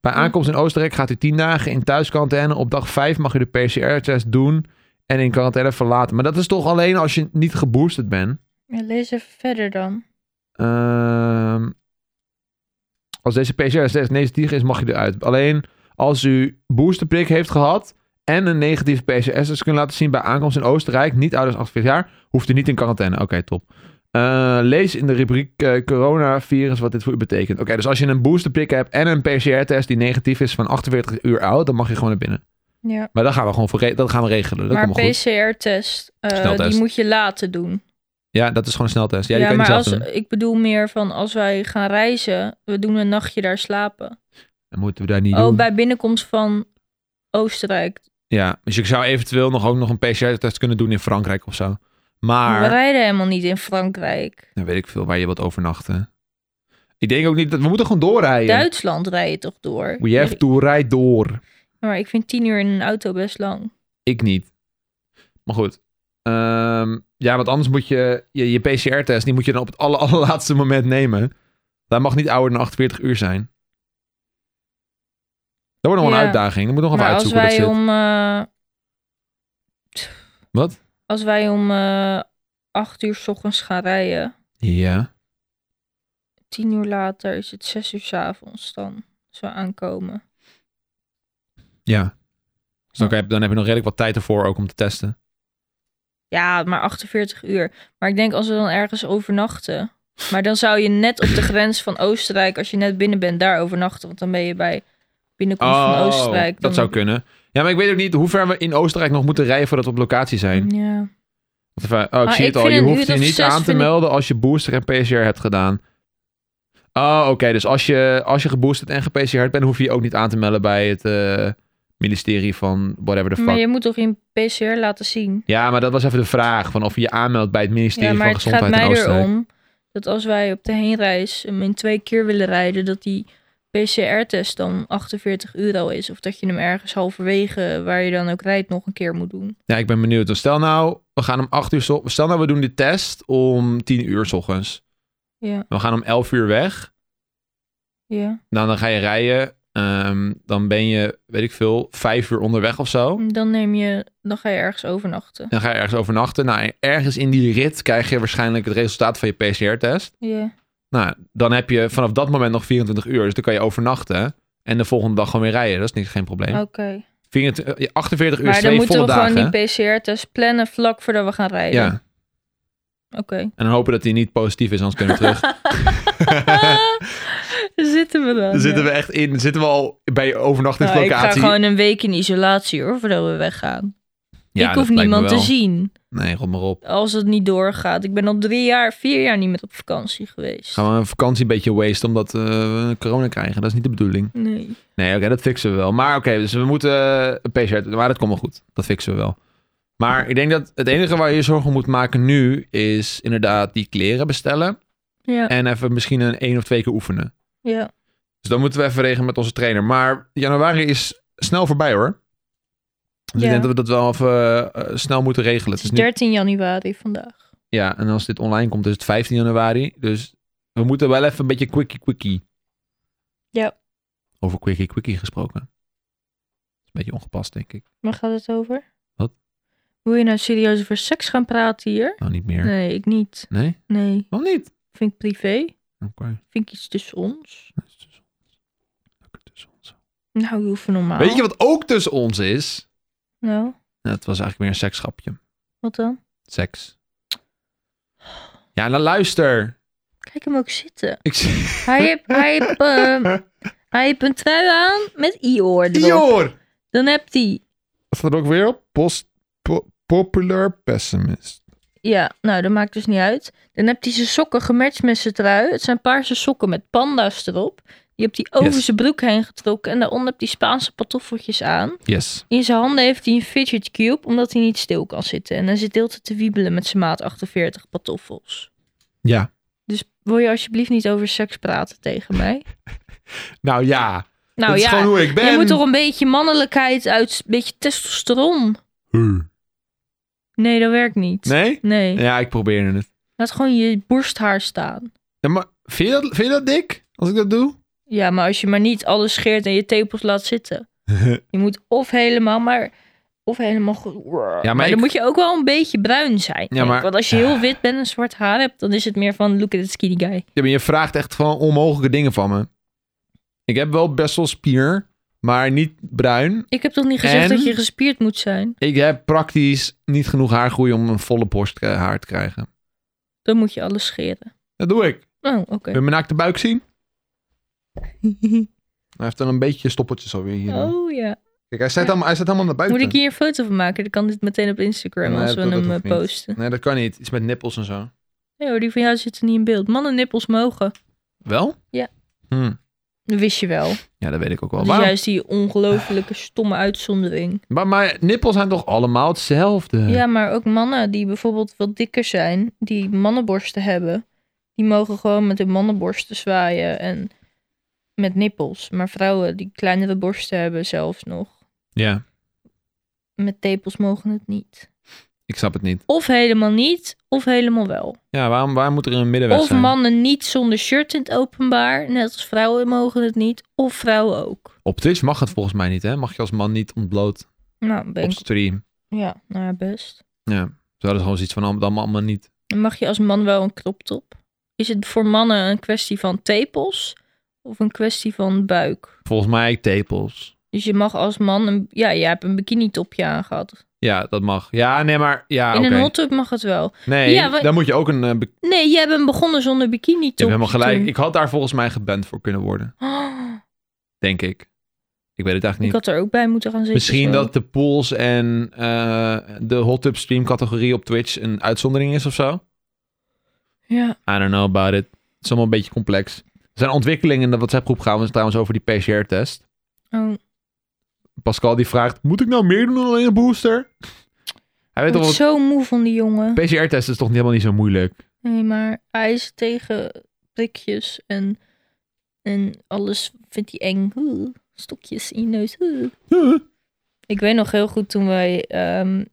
A: Bij aankomst in Oostenrijk gaat u 10 dagen in thuisquarantaine. Op dag 5 mag u de PCR-test doen en in quarantaine verlaten. Maar dat is toch alleen als je niet geboosterd bent?
B: Ja, lees even verder dan.
A: Ehm, als deze PCR-test negatief is, mag je eruit. Alleen als u boosterprik heeft gehad en een negatieve PCR-test kunt laten zien bij aankomst in Oostenrijk, niet ouder dan 48 jaar, hoeft u niet in quarantaine. Oké, top. Eh, lees in de rubriek eh, coronavirus wat dit voor u betekent. Oké, dus als je een boosterprik hebt en een PCR-test die negatief is van 48 uur oud, dan mag je gewoon naar binnen.
B: Ja.
A: Maar dat gaan we gewoon voor re- dat gaan we regelen. Dat
B: maar
A: komt wel goed.
B: PCR-test, eh,
A: Sneltest.
B: die moet je later doen.
A: Ja, dat is gewoon een sneltest. Ja, die
B: ja,
A: kan je
B: maar
A: niet zelf
B: als,
A: doen.
B: ik bedoel meer van als wij gaan reizen, we doen een nachtje daar slapen.
A: Dan moeten we daar niet
B: Oh,
A: doen.
B: bij binnenkomst van Oostenrijk.
A: Ja, dus ik zou eventueel nog ook nog een PCR-test kunnen doen in Frankrijk of zo. Maar,
B: We rijden helemaal niet in Frankrijk.
A: dan weet ik veel waar je wilt overnachten. Ik denk ook niet dat we moeten gewoon doorrijden.
B: Duitsland rij je toch door?
A: We have to ride door.
B: Maar ik vind tien uur in een auto best lang.
A: Ik niet. Maar goed. Ehm, ja, want anders moet je je, je PCR-test, die moet je dan op het aller, allerlaatste moment nemen. Dat mag niet ouder dan 48 uur zijn. Dat wordt nog wel een
B: Ja.
A: uitdaging. Dan moet nog even
B: maar als
A: uitzoeken.
B: wij,
A: dat zit.
B: om, eh,
A: Wat?
B: als wij om eh, acht uur 's ochtends gaan rijden,
A: Ja.
B: tien uur later is het zes uur 's avonds dan. Als we aankomen.
A: Ja. Dus dan, kan je- dan heb je nog redelijk wat tijd ervoor ook om te testen.
B: Ja, maar 48 uur. Maar ik denk als we dan ergens overnachten. Maar dan zou je net op de grens van Oostenrijk, als je net binnen bent, daar overnachten. Want dan ben je bij binnenkomst van Oostenrijk.
A: Oh, dat zou kunnen. Ja, maar ik weet ook niet hoe ver we in Oostenrijk nog moeten rijden voordat we op locatie zijn.
B: kunnen. Ja.
A: Of, eh, oh, ik
B: Mm. Maar
A: zie
B: ik
A: het al.
B: vind
A: Je
B: een
A: hoeft
B: uur
A: je
B: of
A: niet
B: zes
A: aan te
B: vind ik-
A: melden als je booster en PCR hebt gedaan. Oh, oké. Dus als je, als je geboosterd en gepcr'd bent, hoef je je ook niet aan te melden bij het eh, ministerie van whatever the fuck.
B: Maar je moet toch in PCR laten zien.
A: Ja, maar dat was even de vraag van of je je aanmeldt bij het ministerie
B: Ja, maar
A: van
B: het gaat
A: Gezondheid in
B: mij
A: Oostenrijk.
B: erom dat als wij op de heenreis hem in twee keer willen rijden, dat die PCR-test dan 48 euro is. Of dat je hem ergens halverwege, waar je dan ook rijdt, nog een keer moet doen.
A: Ja, ik ben benieuwd. Dus Stel nou, we gaan om 8 uur. 's ochtends- Stel nou, we doen die test om 10 uur s ochtends.
B: Ja,
A: We gaan om 11 uur weg.
B: ja.
A: Nou, dan ga je rijden. Ehm, dan ben je, weet ik veel, 5 uur onderweg of zo.
B: Dan neem je, dan ga je ergens overnachten.
A: Dan ga je ergens overnachten. Nou, ergens in die rit krijg je waarschijnlijk het resultaat van je PCR-test.
B: Ja,
A: Nou, dan heb je vanaf dat moment nog 24 uur. Dus dan kan je overnachten. En de volgende dag gewoon weer rijden. Dat is niks, geen probleem.
B: oké.
A: 24, eh, 48 uur is
B: Oh. Maar dan
A: twee
B: moeten
A: volle
B: we
A: dagen. hè?
B: gewoon die PCR-test plannen vlak voordat we gaan rijden.
A: ja,
B: Oké.
A: en dan hopen dat hij niet positief is, anders kunnen we
B: Oh,
A: terug.
B: Daar zitten we dan.
A: Dan zitten
B: ja.
A: we echt in, zitten we al bij je
B: Nou, ik
A: overnachtingslocatie.
B: ga gewoon een week in isolatie hoor, voordat we weggaan.
A: Ja,
B: ik
A: dat lijkt
B: hoef
A: me
B: niemand te
A: wel.
B: zien
A: Nee, rot maar op.
B: als het niet doorgaat. Ik ben al drie jaar, vier jaar niet meer op vakantie geweest.
A: Gaan we een vakantie een beetje wasten omdat eh, we corona krijgen. Dat is niet de bedoeling.
B: Nee.
A: Nee, oké, dat fixen we wel. Maar oké, dus we moeten eh, een PCR... Maar dat komt wel goed. Dat fixen we wel. Maar ik denk dat het enige waar je je zorgen om moet maken nu... is inderdaad die kleren bestellen.
B: Ja,
A: En even misschien een één of twee keer oefenen.
B: ja.
A: Dus dan moeten we even regelen met onze trainer. Maar januari is snel voorbij hoor. Dus
B: Ja.
A: ik denk dat we dat wel even eh, eh, snel moeten regelen.
B: Het is
A: Het is nu
B: 13 januari vandaag.
A: Ja, en als dit online komt, is het 15 januari. Dus we moeten wel even een beetje quickie quickie.
B: Ja.
A: Over quickie quickie gesproken. Is een beetje ongepast, denk ik.
B: Waar gaat het over?
A: Wat?
B: Wil je nou serieus over seks gaan praten hier?
A: Nou, niet meer. Nee?
B: Nee, ik niet. Nee,
A: Nog niet?
B: vind ik privé.
A: Oké.
B: Vind ik iets tussen ons.
A: Dat is tussen ons. Lekker tussen ons.
B: Nou, je hoeft normaal.
A: Weet je wat ook tussen ons is?
B: Nou,
A: Nou, het was eigenlijk meer een seksgrapje.
B: wat dan?
A: Seks. Ja, nou luister.
B: Kijk hem ook zitten.
A: Ik zie...
B: Hij heeft, hij heeft, eh, hij heeft een trui aan met Ior erop.
A: Dior!
B: Dan hebt hij...
A: Wat staat er ook weer op? Post... po- Popular pessimist.
B: Ja, nou, dat maakt dus niet uit. Dan hebt hij zijn sokken gematcht met zijn trui. Het zijn paarse sokken met panda's erop. Die hebt hij over
A: Yes.
B: zijn broek heen getrokken. En daaronder hebt hij Spaanse pantoffeltjes aan.
A: Yes.
B: In zijn handen heeft hij een fidget cube, omdat hij niet stil kan zitten. En hij zit de hele tijd te wiebelen met zijn maat 48 pantoffels.
A: Ja.
B: Dus wil je alsjeblieft niet over seks praten tegen mij?
A: Nou ja,
B: Nou
A: dat is gewoon
B: ja,
A: hoe ik ben.
B: je moet toch een beetje mannelijkheid uit, een beetje testosteron. Nee, dat werkt niet.
A: Nee?
B: Nee.
A: Ja, ik probeer het.
B: Laat gewoon je borsthaar staan.
A: Ja, maar vind je, dat, vind je dat dik? Als ik dat doe?
B: Ja, maar als je maar niet alles scheert en je tepels laat zitten. Je moet of helemaal maar... Of helemaal goed. Ja, maar
A: ik-
B: dan moet je ook wel een beetje bruin zijn. denk ik.
A: maar- Ah.
B: Want als je heel wit bent en zwart haar hebt, dan is het meer van look at that skinny guy.
A: Ja, maar je vraagt echt gewoon onmogelijke dingen van me. Ik heb wel best wel spier, maar niet bruin.
B: Ik heb toch niet gezegd
A: En?
B: dat je gespierd moet zijn?
A: Ik heb praktisch niet genoeg haargroei om een volle borst eh, haar te krijgen.
B: Dan moet je alles scheren.
A: Dat doe ik.
B: Oh,
A: Wil
B: oké.
A: je mijn naakte buik zien? Hij heeft dan een beetje stoppeltjes alweer hier. hoor.
B: Oh ja.
A: Kijk, hij staat, helemaal, hij staat helemaal naar buiten.
B: Moet ik hier een foto van maken? Dan kan dit meteen op Instagram
A: Nee,
B: als we
A: dat- dat
B: hem
A: hoeft
B: eh,
A: niet.
B: posten.
A: Nee, dat kan niet. Iets met nippels en zo.
B: Nee hoor, die van jou zitten niet in beeld. Mannennippels mogen.
A: Wel?
B: Ja.
A: Hm.
B: Dat wist je wel.
A: Ja, dat weet ik ook wel.
B: Dat is
A: Waarom-
B: juist die ongelofelijke stomme uitzondering.
A: Maar, maar nippels zijn toch allemaal hetzelfde?
B: Ja, maar ook mannen die bijvoorbeeld wat dikker zijn, die mannenborsten hebben, die mogen gewoon met hun mannenborsten zwaaien en met nippels. Maar vrouwen die kleinere borsten hebben zelfs nog,
A: Ja,
B: met tepels mogen het niet.
A: ik snap het niet.
B: Of helemaal niet, of helemaal wel.
A: Ja, waarom, waarom moet er een middenweg
B: Of
A: zijn?
B: mannen niet zonder shirt in het openbaar, net als vrouwen mogen het niet, of vrouwen ook.
A: Op Twitch mag het volgens mij niet, hè? Mag je als man niet ontbloot
B: Nou, ben
A: op
B: ik,
A: stream.
B: ja, nou ja, best.
A: Ja, ze hadden gewoon zoiets van, allemaal- dan allemaal niet.
B: Dan mag je als man wel een crop top. Is het voor mannen een kwestie van tepels of een kwestie van buik?
A: Volgens mij tepels.
B: Dus je mag als man, een, ja, je hebt een bikini topje aangehad.
A: Ja, dat mag. Ja, nee, maar... Ja,
B: In
A: Ah, oké.
B: een hot tub mag het wel.
A: Nee,
B: Ja, wa-
A: dan moet je ook een... eh, be-
B: Nee, jij bent begonnen zonder bikini
A: je
B: top.
A: hebt helemaal gelijk. Ik had daar volgens mij geband voor kunnen worden. Denk ik. Ik weet het eigenlijk
B: ik
A: niet.
B: had er ook bij moeten gaan zitten.
A: Misschien
B: zo.
A: dat de pools en eh, de hot tub stream categorie op Twitch een uitzondering is of zo.
B: Ja,
A: I don't know about it. Het is allemaal een beetje complex. Er zijn ontwikkelingen in de WhatsApp-groep gaan we trouwens over die PCR-test.
B: oh,
A: Pascal die vraagt, moet ik nou meer doen dan alleen een booster? Hij weet
B: ik
A: toch
B: word
A: wel,
B: zo moe van die jongen.
A: PCR-test is toch niet- helemaal niet zo moeilijk?
B: Nee, maar hij is tegen prikjes en, En alles vindt hij eng. Oeh, stokjes in je neus. Oeh. Ik weet nog heel goed toen wij ehm,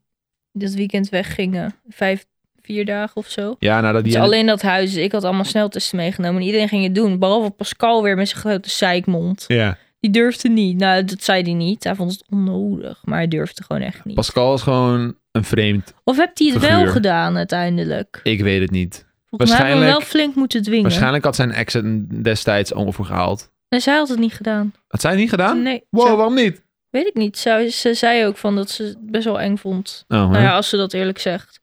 B: dit weekend weggingen. Vijf, vier dagen of zo.
A: Ja, nadat die...
B: Dus alleen dat huis. Ik had allemaal sneltesten meegenomen. En iedereen ging het doen. Behalve Pascal weer met zijn grote zeikmond.
A: Ja.
B: Die durfde niet. Nou, dat zei hij niet. Hij vond het onnodig. Maar hij durfde gewoon echt niet.
A: Pascal is gewoon een vreemd.
B: Of hebt hij het wel
A: Figuur.
B: gedaan uiteindelijk?
A: Ik weet het niet.
B: Volgens mij hebben we hem wel
A: waarschijnlijk-
B: flink moeten dwingen.
A: Waarschijnlijk had zijn ex het destijds overgehaald.
B: En zij had het niet gedaan.
A: Had zij het niet gedaan?
B: Nee.
A: Wow,
B: zij-
A: waarom niet?
B: Weet ik niet. Zij, ze zei ook van dat ze het best wel eng vond.
A: Oh,
B: Nou
A: hè?
B: ja, als ze dat eerlijk zegt,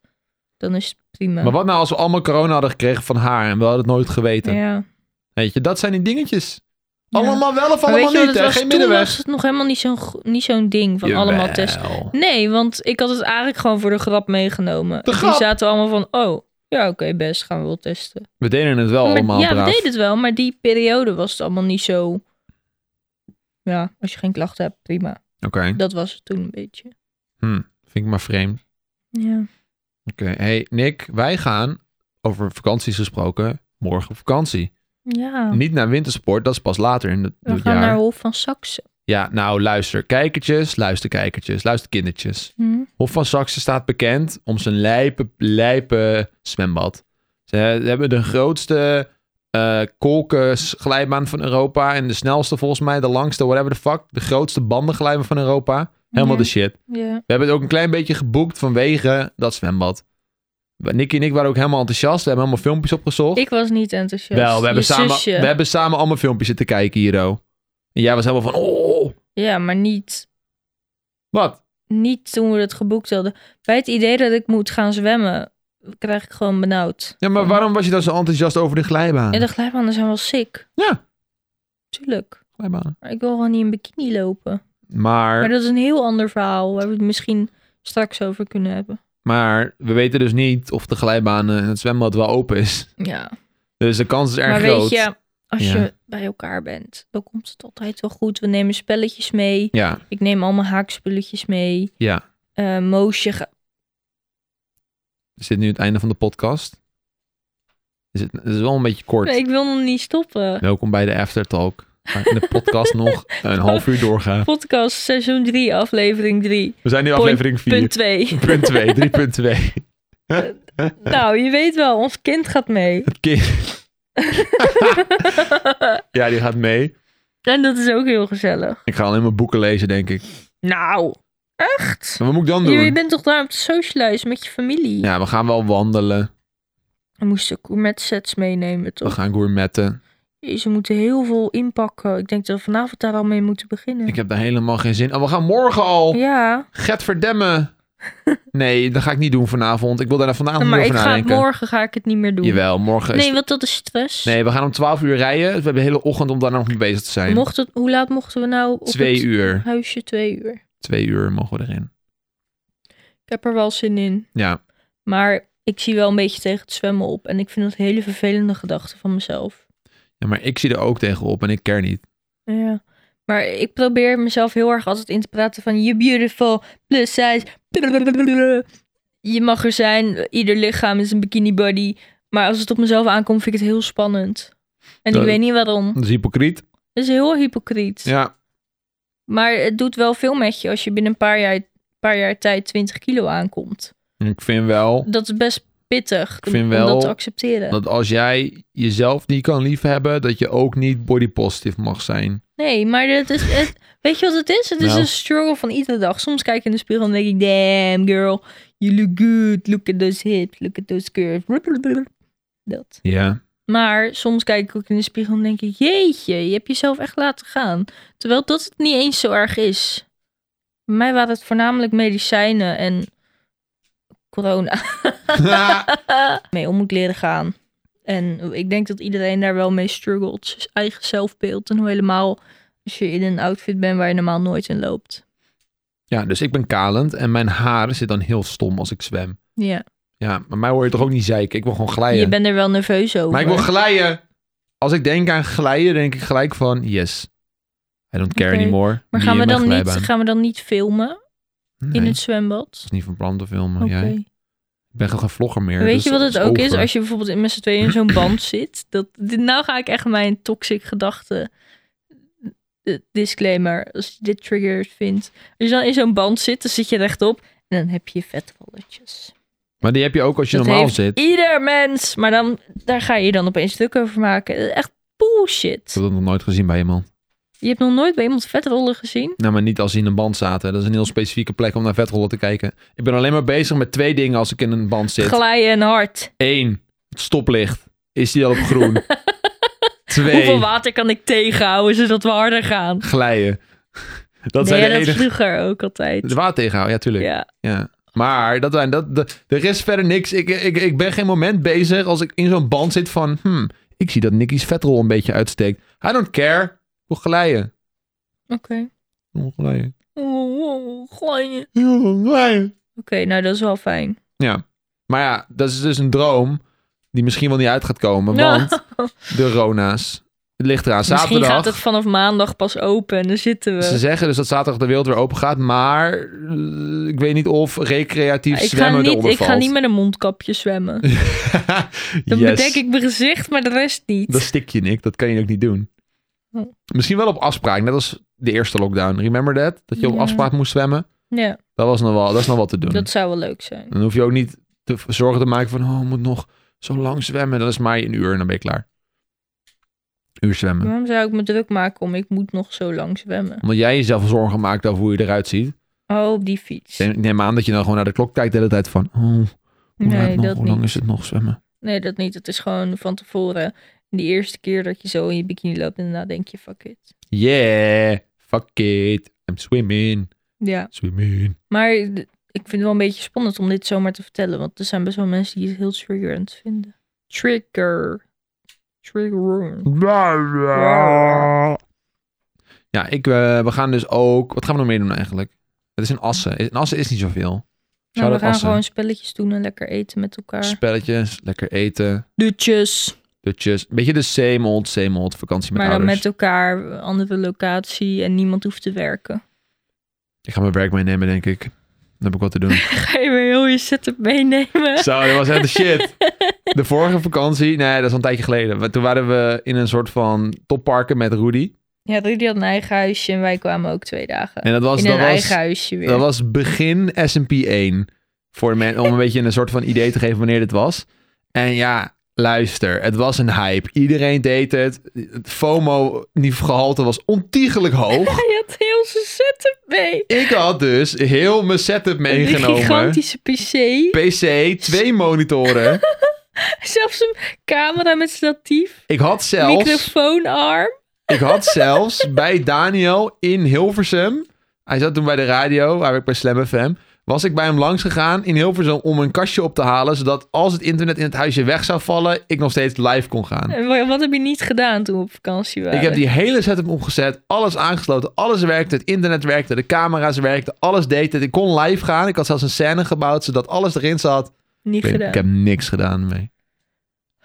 B: dan is het prima.
A: Maar wat nou als we allemaal corona hadden gekregen van haar en we hadden het nooit geweten?
B: Ja.
A: Weet je, dat zijn die dingetjes.
B: Ja.
A: Allemaal wel of
B: Maar weet
A: allemaal
B: je wat
A: niet,
B: het
A: hè?
B: was?
A: Geen
B: Toen
A: middenweg.
B: was het nog helemaal niet zo'n, go- niet zo'n ding van allemaal
A: Jawel.
B: testen. Nee, want ik had het eigenlijk gewoon voor de grap meegenomen.
A: De
B: En
A: grap?
B: Die zaten allemaal van, oh, ja oké, best, gaan we wel testen.
A: We deden het wel
B: Maar-
A: allemaal
B: ja,
A: braaf.
B: we deden het wel, maar die periode was het allemaal niet zo... Ja, als je geen klachten hebt, prima.
A: Oké,
B: Dat was het toen een beetje.
A: vind ik maar vreemd.
B: Ja.
A: Oké, hey Nick, wij gaan, over vakanties gesproken, morgen op vakantie.
B: Ja,
A: Niet naar wintersport, dat is pas later in het,
B: Oh. we
A: het
B: gaan
A: jaar.
B: naar Hof van Saxe.
A: Ja, nou luister, kijkertjes, luister kijkertjes, luister kindertjes.
B: Hm?
A: Hof van Saxe staat bekend om zijn lijpe, lijpe zwembad. Ze hebben de grootste eh kolken glijbaan van Europa en de snelste volgens mij, de langste, whatever the fuck, de grootste bandenglijbaan van Europa. Helemaal
B: Ja.
A: de shit.
B: Ja.
A: We hebben het ook een klein beetje geboekt vanwege dat zwembad. Nicky en ik waren ook helemaal enthousiast. We hebben helemaal filmpjes opgezocht.
B: Ik was niet enthousiast.
A: Wel, we hebben,
B: Je
A: samen,
B: zusje.
A: we hebben samen allemaal filmpjes zitten kijken hier, oh. En jij was helemaal van, oh,
B: Ja, maar niet,
A: wat?
B: niet toen we het geboekt hadden. Bij het idee dat ik moet gaan zwemmen, krijg ik gewoon benauwd.
A: Ja, maar waarom was je dan zo enthousiast over de glijbaan?
B: Ja, de glijbanen zijn wel sick.
A: Ja.
B: Tuurlijk.
A: Glijbanen.
B: Maar ik wil gewoon niet in bikini lopen. Maar
A: Maar,
B: dat is een heel ander verhaal. Waar we het misschien straks over kunnen hebben.
A: maar we weten dus niet of de glijbaan en het zwembad wel open is.
B: Ja.
A: Dus de kans is erg
B: Maar
A: groot.
B: weet je, als
A: Ja.
B: je bij elkaar bent, dan komt het altijd wel goed. We nemen spelletjes mee.
A: Ja,
B: Ik neem al mijn haakspulletjes mee.
A: ja.
B: Eh Moosje ga-
A: Is dit nu het einde van de podcast? Is het, het is wel een beetje kort.
B: Nee, ik wil nog niet stoppen.
A: Welkom bij de Aftertalk. Waarin de podcast nog een half uur doorgaat.
B: Podcast seizoen 3, aflevering 3.
A: We zijn nu
B: Point-
A: aflevering 4.
B: Punt 2.
A: Punt 2, 3.2.
B: nou, je weet wel, ons kind gaat mee.
A: Het kind. ja, die gaat mee.
B: En dat is ook heel gezellig.
A: Ik ga alleen maar boeken lezen, denk ik.
B: Nou, echt?
A: Maar wat moet ik dan
B: Je, je
A: doen?
B: bent toch daar om te socializen met je familie?
A: Ja, we gaan wel wandelen.
B: We moesten gourmet sets meenemen,
A: We
B: toch?
A: gaan gourmetten.
B: Ze moeten heel veel inpakken. Ik denk dat we vanavond daar al mee moeten beginnen.
A: Ik heb daar helemaal geen zin. Oh, we gaan morgen al.
B: Ja,
A: Get verdemmen. Nee, dat ga ik niet doen vanavond. Ik wil daar vanavond niet
B: maar ik
A: over
B: ga,
A: nadenken.
B: morgen ga ik het niet meer doen.
A: Jawel, morgen is...
B: Nee, want dat is stress.
A: Nee, we gaan om 12 uur rijden. Dus we hebben de hele ochtend om daar nog mee bezig te zijn.
B: Mocht het, hoe laat mochten we nou op
A: Twee
B: het
A: uur.
B: huisje? Twee uur.
A: Twee uur mogen we erin.
B: Ik heb er wel zin in.
A: Ja,
B: Maar ik zie wel een beetje tegen het zwemmen op. En ik vind dat een hele vervelende gedachte van mezelf.
A: Ja, maar ik zie er ook tegenop en ik ker niet.
B: Ja. Maar ik probeer mezelf heel erg altijd in te praten van... You're beautiful, plus size. Je mag er zijn. Ieder lichaam is een bikini body. Maar als het op mezelf aankomt, vind ik het heel spannend. En
A: Dat-
B: ik weet niet waarom.
A: Dat is hypocriet.
B: Het is heel hypocriet.
A: Ja.
B: Maar het doet wel veel met je als je binnen een paar jaar, paar jaar tijd 20 kilo aankomt.
A: Ik vind wel
B: Dat is best pittig
A: Ik vind
B: om
A: wel
B: dat te accepteren.
A: dat als jij jezelf niet kan liefhebben, dat je ook niet body positive mag zijn.
B: Nee, maar dat is, het, weet je wat het is? Het is
A: Nou.
B: een struggle van iedere dag. Soms kijk ik in de spiegel en denk ik, damn girl, you look good. Look at those hips, look at those curves. Dat.
A: Ja.
B: Maar soms kijk ik ook in de spiegel en denk ik, jeetje, je hebt jezelf echt laten gaan. Terwijl dat het niet eens zo erg is. Bij mij waren het voornamelijk medicijnen en corona mee om moet leren gaan. En ik denk dat iedereen daar wel mee struggelt. Zijn eigen zelfbeeld en hoe helemaal als je in een outfit bent waar je normaal nooit in loopt.
A: ja, dus ik ben kalend en mijn haar zit dan heel stom als ik zwem.
B: Ja.
A: Ja, maar mij hoor je toch ook niet zeiken. Ik wil gewoon
B: Je
A: glijden.
B: bent er wel nerveus over.
A: Maar ik wil glijden. Als ik denk aan glijden, denk ik gelijk van yes. I don't care
B: Oké.
A: anymore. Wie
B: maar gaan we,
A: in mijn
B: dan niet,
A: glijbaan.
B: gaan we dan niet filmen
A: Nee,
B: in
A: dat
B: het zwembad?
A: is niet van plan te filmen.
B: Oké.
A: Jij? Ik ben geen vlogger meer.
B: Weet
A: dus
B: je wat
A: dat
B: het ook is?
A: over.
B: Als je bijvoorbeeld in met z'n tweeën in zo'n band zit. Dat, dit, nou ga ik echt mijn toxic gedachten... eh, Disclaimer, als je dit triggers vindt. Als je dan in zo'n band zit, dan zit je rechtop. En dan heb je vetwalletjes.
A: Maar die heb je ook als je
B: Dat
A: normaal
B: heeft
A: zit. Ik
B: Ieder mens. Maar dan, daar ga je dan opeens stuk over maken. Eh, Echt bullshit.
A: heb dat nog nooit gezien bij iemand.
B: Je hebt nog nooit bij iemand vetrollen gezien.
A: Nou, maar niet als ze in een band zaten. Dat is een heel specifieke plek om naar vetrollen te kijken. Ik ben alleen maar bezig met twee dingen als ik in een band zit.
B: Glijden en hard.
A: Eén, het stoplicht. Is die al op groen?
B: Hoeveel
A: Twee,
B: water kan ik tegenhouden zodat we harder gaan?
A: glijden. Dat
B: nee,
A: zijn de
B: dat
A: enige...
B: vroeger ook altijd.
A: Het water tegenhouden, ja, tuurlijk.
B: Ja.
A: Ja. Maar dat, zijn- dat, de, er is verder niks. Ik, ik, ik ben geen moment bezig als ik in zo'n band zit van... Hmm, ik zie dat Nicky's vetrol een beetje uitsteekt. I don't care. Ik wil glijden.
B: Oké.
A: Ik wil glijden.
B: Oh, oh, glijden.
A: Ik wil glijden.
B: Oké, nou dat is wel fijn.
A: Ja. Maar ja, dat is dus een droom die misschien wel niet uit gaat komen. Want de Rona's, het ligt eraan.
B: Misschien gaat
A: Zaterdag,
B: het vanaf maandag pas open en dan zitten
A: ze
B: we.
A: zeggen dus dat zaterdag de wereld weer open gaat. Maar eh, ik weet niet of recreatief
B: Ik ga,
A: zwemmen
B: niet,
A: eronder
B: ik ga
A: valt.
B: niet met een mondkapje zwemmen. Dan
A: Yes.
B: bedek ik mijn gezicht, maar de rest niet.
A: Dat stik je, Nick. Dat kan je ook niet doen.
B: Nee.
A: Misschien wel op afspraak, net als de eerste lockdown. Remember that? Dat je op
B: Ja.
A: afspraak moest zwemmen?
B: Ja,
A: Dat, was nog wel, dat is nog wat te doen.
B: dat zou wel leuk zijn.
A: Dan hoef je ook niet te zorgen te maken van... oh, ik moet nog zo lang zwemmen. Dat is maar een uur en dan ben je klaar. Een uur zwemmen.
B: Waarom zou ik me druk maken om ik moet nog zo lang zwemmen?
A: Omdat jij jezelf zorgen maakt over hoe je eruit ziet.
B: Oh, op die fiets.
A: Ik neem aan dat je dan gewoon naar de klok kijkt de hele tijd van... oh, hoe, laat
B: Nee,
A: nog?
B: dat
A: Hoe lang
B: niet.
A: is het nog zwemmen?
B: Nee, dat niet. Het is gewoon van tevoren. Die eerste keer dat je zo in je bikini loopt en daarna denk je, fuck it.
A: Yeah, fuck it. I'm swimming,
B: Ja,
A: swimming.
B: maar d- ik vind het wel een beetje spannend om dit zomaar te vertellen. Want er zijn best wel mensen die het heel triggerend vinden. Nou, Trigger. Triggerend.
A: Ja, ik, eh, we gaan dus ook... Wat gaan we nog meer doen eigenlijk? Het is in Assen. In Assen is niet zoveel. Zou
B: Nou, we
A: dat
B: gaan
A: Assen?
B: gewoon spelletjes doen en lekker eten met elkaar.
A: Spelletjes, lekker eten,
B: Dutjes.
A: dutjes. Beetje de same old, same old vakantie met
B: Maar dan
A: ouders.
B: met elkaar, andere locatie en niemand hoeft te werken.
A: Ik ga mijn werk meenemen, denk ik. Dan heb ik wat te doen.
B: Ga je weer heel je setup meenemen?
A: Zo, dat was echt de shit. De vorige vakantie, nee, dat is al een tijdje geleden. Maar Toen waren we in een soort van topparken met Rudy.
B: Ja, Rudy had een eigen huisje en wij kwamen ook twee dagen.
A: En dat was,
B: in
A: dat
B: een
A: was,
B: eigen huisje weer.
A: dat was begin S&P 1. Voor de men, om een beetje een soort van idee te geven wanneer dit was. En ja, luister, het was een hype. Iedereen deed het. Het FOMO-gehalte was ontiegelijk hoog.
B: Hij had heel zijn setup mee.
A: Ik had dus heel mijn setup
B: Een
A: meegenomen.
B: gigantische PC.
A: PC, twee monitoren.
B: Zelfs een camera met statief.
A: Ik had zelfs...
B: Microfoonarm.
A: Ik had zelfs bij Daniel in Hilversum. Hij zat toen bij de radio, waar ik bij Slam FM. Was ik bij hem langs gegaan in Hilversum om een kastje op te halen. Zodat als het internet in het huisje weg zou vallen, ik nog steeds live kon gaan.
B: En wa- wat heb je niet gedaan toen we op vakantie waren?
A: Ik heb die hele setup opgezet, alles aangesloten, alles werkte, het internet werkte, de camera's werkten, alles deed het. Ik kon live gaan, ik had zelfs een scène gebouwd, zodat alles erin zat. Ik,
B: niet
A: weet-
B: gedaan.
A: ik heb niks gedaan mee.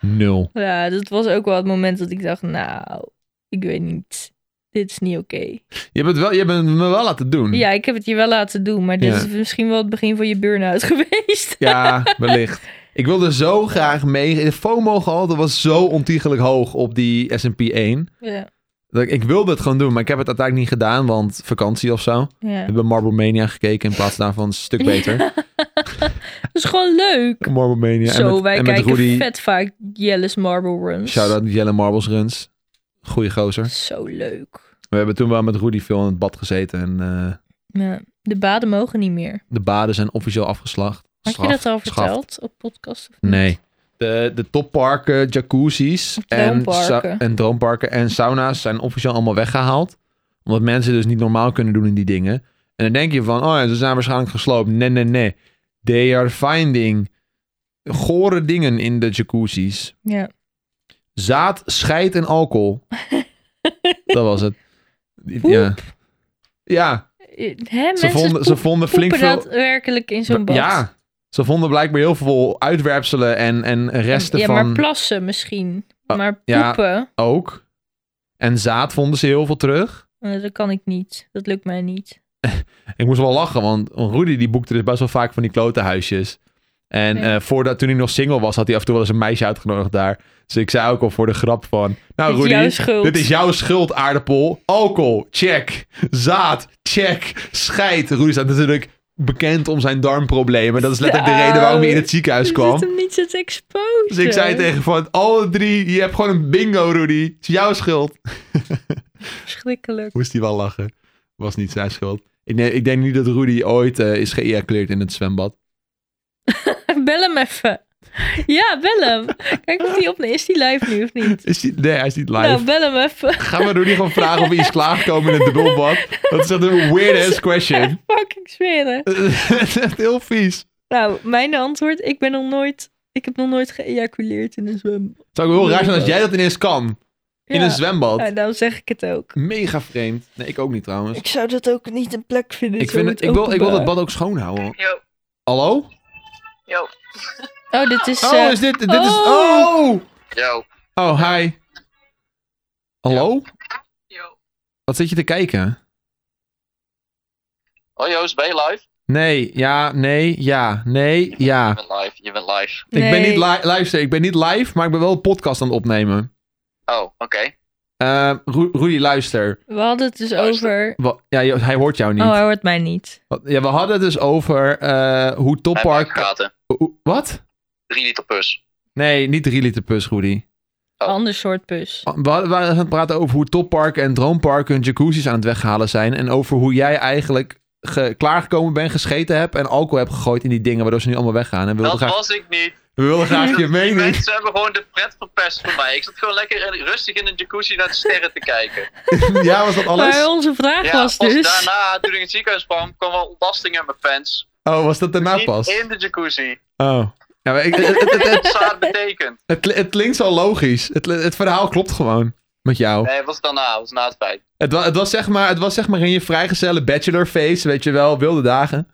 A: Nul.
B: Ja, dat was ook wel het moment dat ik dacht, nou, ik weet niet. Dit is niet oké.
A: Je hebt, het wel, je hebt het me wel laten doen.
B: Ja, ik heb het je wel laten doen, maar dit
A: Hm. Ja.
B: is misschien wel het begin van je burn-out geweest.
A: Ja, wellicht. Ik wilde zo graag mee. De FOMO-gehalte was zo ontiegelijk hoog op die S&P 1.
B: Ja,
A: Dat ik, ik wilde het gewoon doen, maar ik heb het uiteindelijk niet gedaan, want vakantie of zo. We
B: ja.
A: hebben Marble Mania gekeken in plaats daarvan een stuk beter.
B: Dat is gewoon leuk.
A: Marble Mania.
B: Zo,
A: en met,
B: wij
A: en met
B: kijken
A: Rudy.
B: vet vaak Jellis Marble Runs.
A: Shout-out Jelle Marbles Runs. Goeie gozer.
B: Zo leuk.
A: We hebben toen wel met Rudy veel in het bad gezeten en eh,
B: Ja, de baden mogen niet meer.
A: de baden zijn officieel afgeslacht.
B: Had
A: Straf-
B: je dat al
A: schaft.
B: verteld op podcast? Of niet?
A: Nee. De, de topparken, jacuzzis en,
B: Droomparken.
A: sa- en droomparken en sauna's zijn officieel allemaal weggehaald. Omdat mensen dus niet normaal kunnen doen in die dingen. En dan denk je van, oh ja, ze zijn waarschijnlijk gesloopt. Nee, nee, nee. They are finding gore dingen in de jacuzzis.
B: Ja.
A: Zaad, scheid en alcohol. dat was het.
B: Poep.
A: Ja, ja
B: Eh, Hè,
A: ze,
B: mensen
A: vonden, ze
B: poep-
A: vonden flink
B: poepen
A: veel...
B: daadwerkelijk in zo'n bad.
A: Ja, ze vonden blijkbaar heel veel uitwerpselen en, en resten
B: ja,
A: van...
B: maar plassen misschien.
A: Oh,
B: maar
A: ja.
B: poepen,
A: ook. En zaad vonden ze heel veel terug.
B: eh, dat kan ik niet. Dat lukt mij niet.
A: Ik moest wel lachen, want Rudy die boekte dus best wel vaak van die klote huisjes. En
B: Nee.
A: eh, voordat, toen ik nog single was, had hij af en toe wel eens een meisje uitgenodigd daar. Dus ik zei ook al voor de grap van... Nou
B: Dit is
A: Rudy,
B: jouw schuld."
A: dit is jouw schuld, aardappel. Alcohol, check. Zaad, check. Scheid. Rudy staat natuurlijk bekend om zijn darmproblemen. Dat is letterlijk de
B: Nou,
A: reden waarom hij in het ziekenhuis
B: Je
A: kwam.
B: zit hem niet zo te exposen.
A: Dus ik zei tegen van, alle drie, je hebt gewoon een bingo, Rudy. Het is jouw schuld.
B: Verschrikkelijk.
A: Moest hij wel lachen. Was niet zijn schuld. Ik, ne- ik denk niet dat Rudy ooit eh, is geëjaculeerd in het zwembad.
B: Bel hem even. Ja, bel hem. Kijk of hij op... Is die live nu of niet?
A: Is hij, nee, hij is niet live.
B: Nou, bel hem even.
A: Ga maar Rudy gewoon vragen of hij is klaargekomen in het dubbelbad. Dat is echt een weird ass question.
B: Fucking smeren.
A: Dat is echt heel vies.
B: Nou, mijn antwoord. Ik ben nog nooit... Ik heb nog nooit geëjaculeerd in een zwem.
A: Het zou ook heel raar zijn als jij dat ineens kan. In
B: Ja.
A: een zwembad.
B: Nou, daarom zeg ik het ook.
A: Mega vreemd. Nee, ik ook niet trouwens.
B: Ik zou dat ook niet een plek vinden.
A: Ik,
B: zo
A: vind
B: in
A: het, ik, wil, ik wil
B: openbaar.
A: dat bad ook schoon houden.
C: Yo,
A: Hallo?
C: yo,
B: Oh, dit is... eh,
A: Oh, is dit, dit is...
B: Oh.
A: Oh!
C: yo,
A: Oh, hi. Hallo?
C: yo.
A: Wat zit je te kijken?
C: Hoi Oh, Joost, ben je live?
A: Nee, ja, nee, ja, nee,
C: Je
A: ja.
C: bent live, je bent live.
A: Ik ben
B: nee.
A: niet live, luister, ik ben niet live, maar ik ben wel een podcast aan het opnemen.
C: Oh, oké.
A: Eh, Ru- Rudy, luister.
B: We hadden het dus
C: Luister.
B: over...
A: Wa- Ja, je- hij hoort jou niet.
B: Oh, hij hoort mij niet.
A: Wat- Ja, we hadden het dus over eh, hoe Top
C: Hij
A: Park...
C: maakt gaten.
A: Oeh, Wat?
C: 3 liter pus.
A: Nee, niet 3 liter pus, Rudy.
C: Oh.
B: Ander soort pus.
A: We hadden we hadden het praten over hoe Top Park en Droompark hun jacuzzi's aan het weghalen zijn. En over hoe jij eigenlijk ge- klaargekomen bent, gescheten hebt en alcohol hebt gegooid in die dingen, waardoor ze nu allemaal weggaan. En we wilden
C: Dat
A: graag,
C: was ik niet.
A: we wilden graag je mening.
C: Mensen hebben gewoon de pret verpest voor mij. Ik zat gewoon lekker in- rustig in een jacuzzi naar de sterren te kijken.
A: ja, was dat
B: Maar
A: alles?
B: onze vraag
C: Ja,
B: was
C: pas
B: dus...
C: daarna, toen ik in het ziekenhuis kwam, kwam wel ontlasting in mijn pants.
A: Oh, was dat daarna
C: Niet
A: pas?
C: in de jacuzzi.
A: Oh. Ja, maar ik- het, het, het, het,
C: Wat zaad betekent.
A: het, het klinkt zo logisch. Het, het verhaal klopt gewoon met jou.
C: Nee, was daarna, was na het feit.
A: Het, wa- het, was zeg maar, het was zeg maar in je vrijgezelle bachelorface, weet je wel, wilde dagen.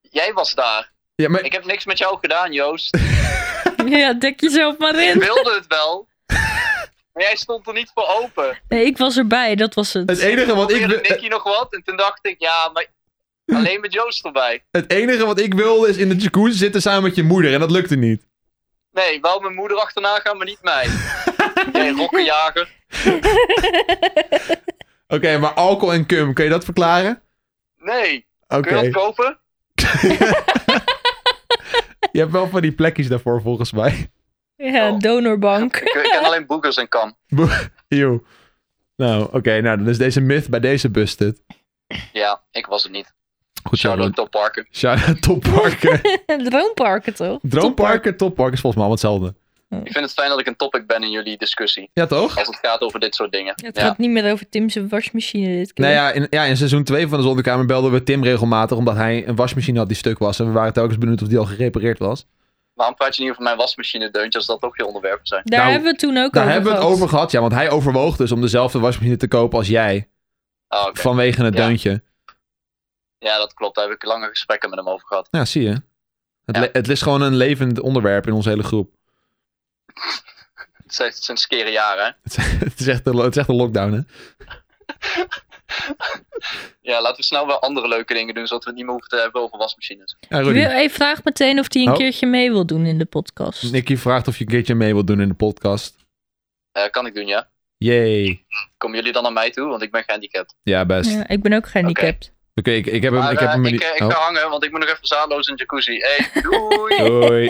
C: Jij was daar.
A: Ja, maar
C: Ik heb niks met jou gedaan, Joost.
B: Ja, dek jezelf maar
C: Ik
B: in.
C: wilde het wel. Maar jij stond er niet voor open.
B: Nee, ik was erbij, dat was het.
A: het enige wat ik,
C: probeerde
A: wi-
C: Nicky nog wat. En toen dacht ik, ja, maar alleen met Joost erbij.
A: het enige wat ik wilde is in de jacuzzi zitten samen met je moeder. En dat lukte niet.
C: Nee, wel mijn moeder achterna gaan, maar niet mij. Jij rokkenjager.
A: Oké, maar alcohol en cum, kun je dat verklaren?
C: Nee.
A: Oké.
C: Kun je dat kopen?
A: Je hebt wel van die plekjes daarvoor volgens mij.
B: Ja, donorbank.
C: Ik, ik ken alleen boekers en kan.
A: Eeuw. Nou, oké, nou dan is deze myth bij deze busted.
C: Ja, ik was het niet.
A: Goed zo.
C: Shout-out
A: Shout-out
C: Top Parker.
A: topparken.
B: Droomparken toch?
A: Droomparken, topparken is volgens mij wel hetzelfde.
C: Ik vind het fijn dat ik een topic ben in jullie discussie.
A: Ja, toch?
C: Als het gaat over dit soort dingen.
B: Het
C: Ja.
B: gaat niet meer over Tim's wasmachine dit keer.
A: Nou ja in, ja, in seizoen 2 van de Zolderkamer belden we Tim regelmatig omdat hij een wasmachine had die stuk was. En we waren telkens benieuwd of die al gerepareerd was.
C: Waarom praat je niet over mijn wasmachine deuntje als dat ook je onderwerpen zijn?
B: Daar
A: nou,
B: hebben we het toen ook
A: Daar
B: over
A: hebben we het
B: gehad.
A: over gehad, ja, want hij overwoog dus om dezelfde wasmachine te kopen als jij.
C: Ah, oké.
A: Vanwege het
C: Ja.
A: deuntje.
C: Ja, dat klopt. Daar heb ik lange gesprekken met hem over gehad.
A: Ja, zie je. Het,
C: Ja.
A: le- het is gewoon een levend onderwerp in onze hele groep.
C: Het zijn, het zijn skere jaren, hè?
A: Het is, het is echt, een, lo- het is echt een lockdown, hè?
C: Ja, laten we snel wel andere leuke dingen doen, zodat we het niet meer hoeven te hebben over wasmachines.
A: Ja,
B: Ik wil-
A: Rudy.
B: Hey, vraag meteen of hij een
A: Oh.
B: keertje mee wil doen in de podcast.
A: Nicky vraagt of je een keertje mee wilt doen in de podcast.
C: Eh, kan ik doen, ja.
A: Yay.
C: Komen jullie dan naar mij toe, want ik ben gehandicapt.
A: Ja, best.
B: Ja, ik ben ook gehandicapt.
A: Oké, ik, ik heb hem...
C: Maar,
A: ik heb
C: eh,
A: hem
C: ik,
A: niet-
C: eh, ik
A: Oh.
C: ga hangen, want ik moet nog even zaadloos in de jacuzzi. Hey, doei!
A: Doei.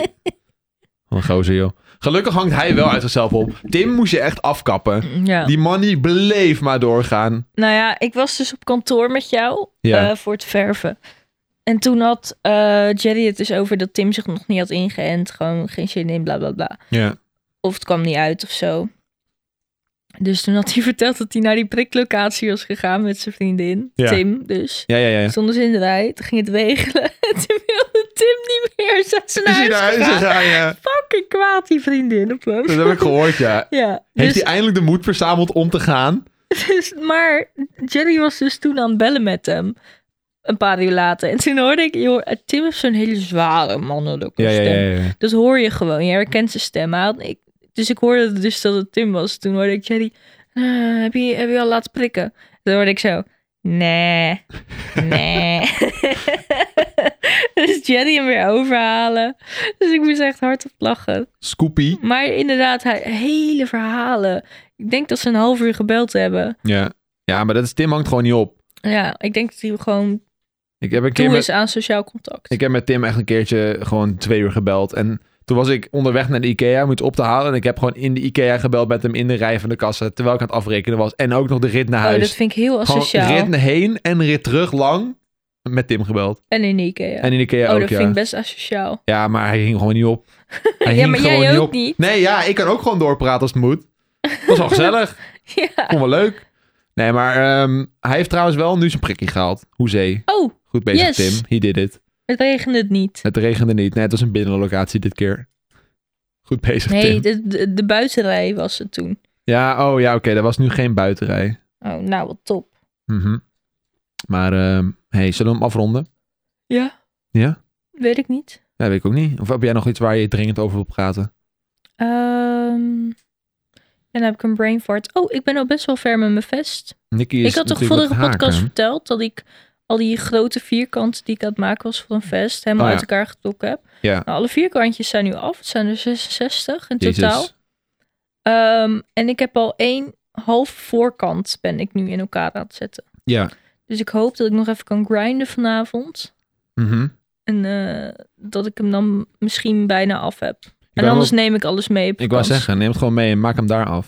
A: Wat een gozer, joh. Gelukkig hangt hij wel uit zichzelf op. Tim moest je echt afkappen.
B: Ja.
A: Die man die bleef maar doorgaan.
B: Nou ja, ik was dus op kantoor met jou
A: Ja.
B: eh, voor het verven. En toen had eh, Jerry het dus over dat Tim zich nog niet had ingeënt. Gewoon geen zin in, bla bla bla.
A: Ja.
B: Of het kwam niet uit of zo. Dus toen had hij verteld dat hij naar die priklocatie was gegaan met zijn vriendin.
A: Ja.
B: Tim dus.
A: Ja, ja, ja.
B: Stonden ze in de rij, toen ging het regelen. Toen wilde Tim niet meer. Zijn ze naar
A: Is hij
B: huis
A: naar huis
B: gegaan.
A: gegaan, ja.
B: Fucking kwaad, die vriendin op hem.
A: Dat heb ik gehoord, ja.
B: Ja,
A: Heeft
B: dus,
A: hij eindelijk de moed verzameld om te gaan?
B: dus- maar Jerry was dus toen aan het bellen met hem. Een paar uur later. En toen hoorde ik, joh, Tim heeft zo'n hele zware mannelijke stem.
A: ja.
B: Dat hoor je gewoon. Je herkent zijn stem. Hij had- ik, dus ik hoorde dus dat het Tim was. Toen hoorde ik Jerry, "Eh, heb, je, heb je al laten prikken? Toen hoorde ik zo, nee, nee. dus Jenny hem weer overhalen. Dus ik moest echt hard op lachen.
A: Scoopy.
B: Maar inderdaad, hij- hele verhalen. Ik denk dat ze een half uur gebeld hebben.
A: Ja. ja, maar dat is, Tim hangt gewoon niet op.
B: Ja, ik denk dat hij gewoon
A: Ik heb, een keer
B: toe
A: met,
B: is aan sociaal contact.
A: ik heb met Tim echt een keertje gewoon twee uur gebeld. En toen was ik onderweg naar de Ikea om iets op te halen. En ik heb gewoon in de Ikea gebeld met hem in de rij van de kassa. Terwijl ik aan het afrekenen was. En ook nog de rit naar
B: oh, dat
A: huis.
B: vind ik heel
A: gewoon
B: asociaal.
A: rit naar heen en rit terug lang. Met Tim gebeld.
B: En in Ikea.
A: En in de Ikea
B: oh,
A: ook,
B: dat
A: ja.
B: vind ik best asociaal.
A: Ja, maar hij ging gewoon niet op. Hij
B: ja,
A: hing
B: maar
A: gewoon
B: jij
A: niet
B: ook
A: op.
B: niet.
A: Nee, ja, ik kan ook gewoon doorpraten als het moet. Dat was wel gezellig.
B: Ja.
A: Vond wel leuk. Nee, maar ehm, hij heeft trouwens wel nu zijn prikkie gehaald. Hoezee.
B: Oh,
A: Goed bezig,
B: Yes.
A: Tim. He did it.
B: het regent het niet.
A: Het regende niet. Nee, het was een binnenlocatie dit keer. Goed bezig,
B: Nee,
A: Tim.
B: de, de, de buitenrij was het toen.
A: Ja, oh ja, oké. er was nu geen buitenrij.
B: Oh, nou, wat top.
A: Mhm. Maar, ehm, hey, zullen we hem afronden?
B: Ja?
A: Ja?
B: Weet ik niet.
A: Ja, weet ik ook niet. Of heb jij nog iets waar je dringend over wil praten?
B: Ehm, en dan heb ik een brain fart. Oh, ik ben al best wel ver met mijn vest.
A: Nicky is
B: Ik had toch
A: natuurlijk
B: vorige
A: met
B: podcast
A: haken.
B: verteld dat ik al die grote vierkanten die ik aan het maken was voor een vest helemaal
A: Oh, ja.
B: uit elkaar getrokken heb.
A: Ja.
B: Nou, alle vierkantjes zijn nu af. Het zijn er 66 in
A: Jezus.
B: totaal. Ehm, en ik heb al één half voorkant ben ik nu in elkaar aan het zetten.
A: Ja.
B: Dus ik hoop dat ik nog even kan grinden vanavond.
A: Mhm.
B: En eh, dat ik hem dan misschien bijna af heb. En
A: wou
B: anders neem ik alles mee. op
A: Ik wou
B: vakantie.
A: zeggen, neem het gewoon mee en maak hem daar af.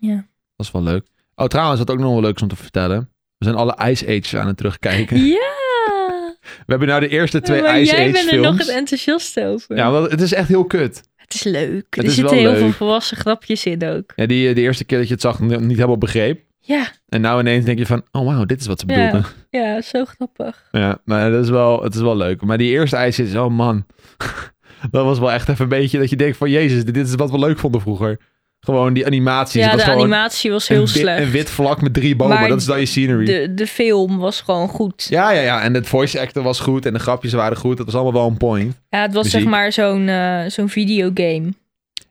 B: Ja.
A: Dat is wel leuk. Oh, trouwens, wat ook nog wel leuk is om te vertellen. We zijn alle Ice Ages aan het terugkijken.
B: Ja!
A: We hebben nou de eerste twee
B: maar
A: Ice
B: jij
A: Age
B: bent er nog het
A: films.
B: enthousiast over.
A: Ja, want het is echt heel kut.
B: het is leuk.
A: Het
B: er
A: is
B: zitten
A: wel
B: heel
A: leuk.
B: veel volwassen grapjes in ook.
A: Ja, die, eh, de eerste keer dat je het zag, n- niet helemaal begreep.
B: Ja,
A: En nou ineens denk je van, oh wauw, dit is wat ze
B: Ja.
A: bedoelden.
B: ja, zo grappig.
A: Ja, maar dat is wel, het is wel leuk. Maar die eerste Ice Age, oh man. dat was wel echt even een beetje dat je denkt van, jezus, dit is wat we leuk vonden vroeger. Gewoon die animaties.
B: ja,
A: Het
B: de
A: was gewoon
B: animatie was
A: een
B: heel
A: wit-
B: slecht.
A: Een wit vlak met drie bomen,
B: Maar
A: dat is dan je scenery.
B: de, de film was gewoon goed. Ja,
A: Ja, ja, ja. En het voice actor was goed en de grapjes waren goed. Dat was allemaal wel een point.
B: het was
A: Muziek.
B: zeg maar zo'n eh, zo'n videogame.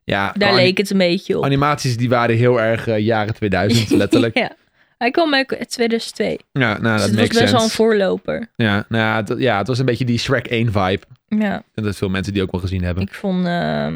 A: Ja,
B: Daar
A: anim-
B: leek het een beetje op.
A: Animaties die waren heel erg eh, jaren 2000, letterlijk. ja.
B: ja. Hij kwam uit 2002.
A: nou,
B: dus
A: dat
B: het was
A: makes
B: best
A: sense.
B: wel een voorloper.
A: ja, nou, ja, het, ja, het was een beetje die Shrek 1 vibe.
B: Ja,
A: En dat veel mensen die ook wel gezien hebben.
B: ik vond eh,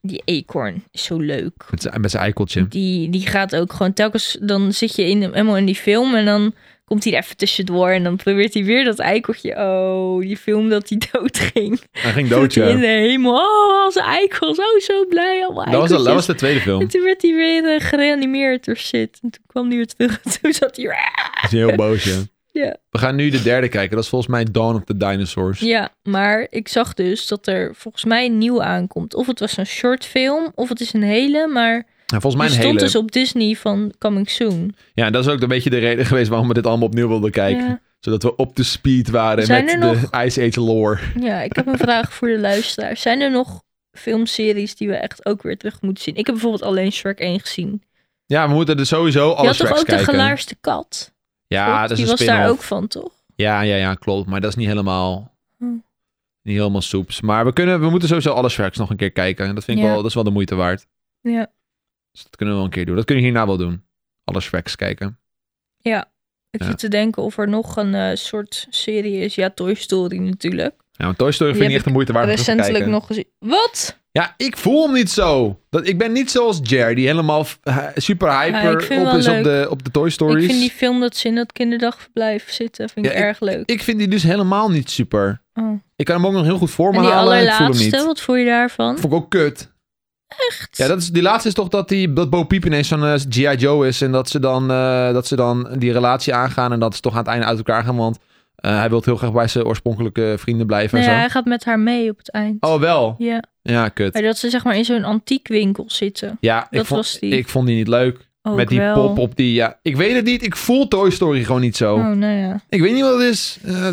B: die eekhoorn zo leuk.
A: Met zijn- Met zijn eikeltje.
B: Die, die gaat ook gewoon telkens, dan zit je in, helemaal in die film en dan komt hij er even tussendoor en dan probeert hij weer dat eikeltje. Oh, die film dat hij dood ging.
A: Hij ging dood, ja.
B: In de hemel. Oh, als eikels. Oh, zo blij. Allemaal
A: Dat was, de,
B: eikeltjes.
A: dat was de tweede film.
B: En
A: Dat
B: toen werd hij weer eh, gereanimeerd door shit. En toen kwam hij weer terug en toen zat hij...
A: is heel boos, ja.
B: Ja.
A: We gaan nu de derde kijken. Dat is volgens mij Dawn of the Dinosaurs.
B: Ja, maar ik zag dus dat er volgens mij een nieuw aankomt. Of het was een short film, of het is een hele, maar
A: Nou, volgens mij
B: die
A: een
B: stond
A: hele.
B: dus op Disney van Coming Soon.
A: Ja, dat is ook een beetje de reden geweest waarom we dit allemaal opnieuw wilden kijken.
B: Ja.
A: Zodat we op de speed waren
B: Zijn
A: met
B: er
A: de
B: nog-
A: Ice Age lore.
B: Ja, ik heb een vraag voor de luisteraar. Zijn er nog filmseries die we echt ook weer terug moeten zien? Ik heb bijvoorbeeld alleen Shrek 1 gezien.
A: Ja, we moeten er sowieso
B: Je
A: alle
B: had toch
A: tracks
B: ook de
A: kijken.
B: gelaarste kat?
A: Ja,
B: Klopt,
A: dat is
B: Die
A: een
B: was daar
A: spin-off.
B: ook van, toch?
A: Ja, ja, ja, klopt. Maar dat is niet helemaal,
B: Hmm.
A: niet helemaal soeps. Maar we, kunnen, we moeten sowieso alle Shreks nog een keer kijken. En dat vind ik
B: Ja.
A: wel, dat is wel de moeite waard.
B: Ja.
A: Dus dat kunnen we wel een keer doen. Dat kunnen we hierna wel doen. Alle Shreks kijken.
B: Ik
A: Ja.
B: zit te denken of er nog een eh, soort serie is. Ja, Toy Story natuurlijk.
A: Ja, want Toy Story
B: Die
A: vind ik echt
B: heb
A: de moeite waard om terug te
B: Recentelijk
A: kijken.
B: nog gezien. Wat?
A: Ja, ik voel hem niet zo. Dat, ik ben niet zoals Jer, die helemaal f- hy- super
B: Ja,
A: hyper
B: ik vind
A: op
B: wel
A: is op
B: leuk.
A: de, op de Toy Stories.
B: Ik vind die film dat ze in dat kinderdagverblijf zitten, vind ik
A: Ja, ik-
B: erg leuk.
A: Ik vind die dus helemaal niet super.
B: Oh.
A: Ik kan hem ook nog heel goed voor me
B: En die
A: halen. nou Ik voel hem
B: allerlaatste,
A: niet.
B: wat vond je daarvan?
A: Vond ik ook kut.
B: Echt?
A: Ja, dat is, die laatste is toch dat, die, dat Bo Peep ineens zo'n eh, G.I. Joe is. En dat ze, dan, eh, dat ze dan die relatie aangaan. En dat ze toch aan het einde uit elkaar gaan. Want eh, hij wil heel graag bij zijn oorspronkelijke vrienden blijven.
B: Nee,
A: en zo.
B: hij gaat met haar mee op het eind.
A: Oh, wel.
B: Nou Ja,
A: Ja, kut.
B: maar dat ze zeg maar in zo'n antiekwinkel zitten.
A: Ja, ik
B: dat
A: vond,
B: was die.
A: ik vond die niet leuk.
B: Ook
A: Met die
B: wel.
A: pop op die... Ja, ik weet het niet. Ik voel Toy Story gewoon niet zo.
B: Oh, nou ja.
A: Ik weet niet wat het is. Eh,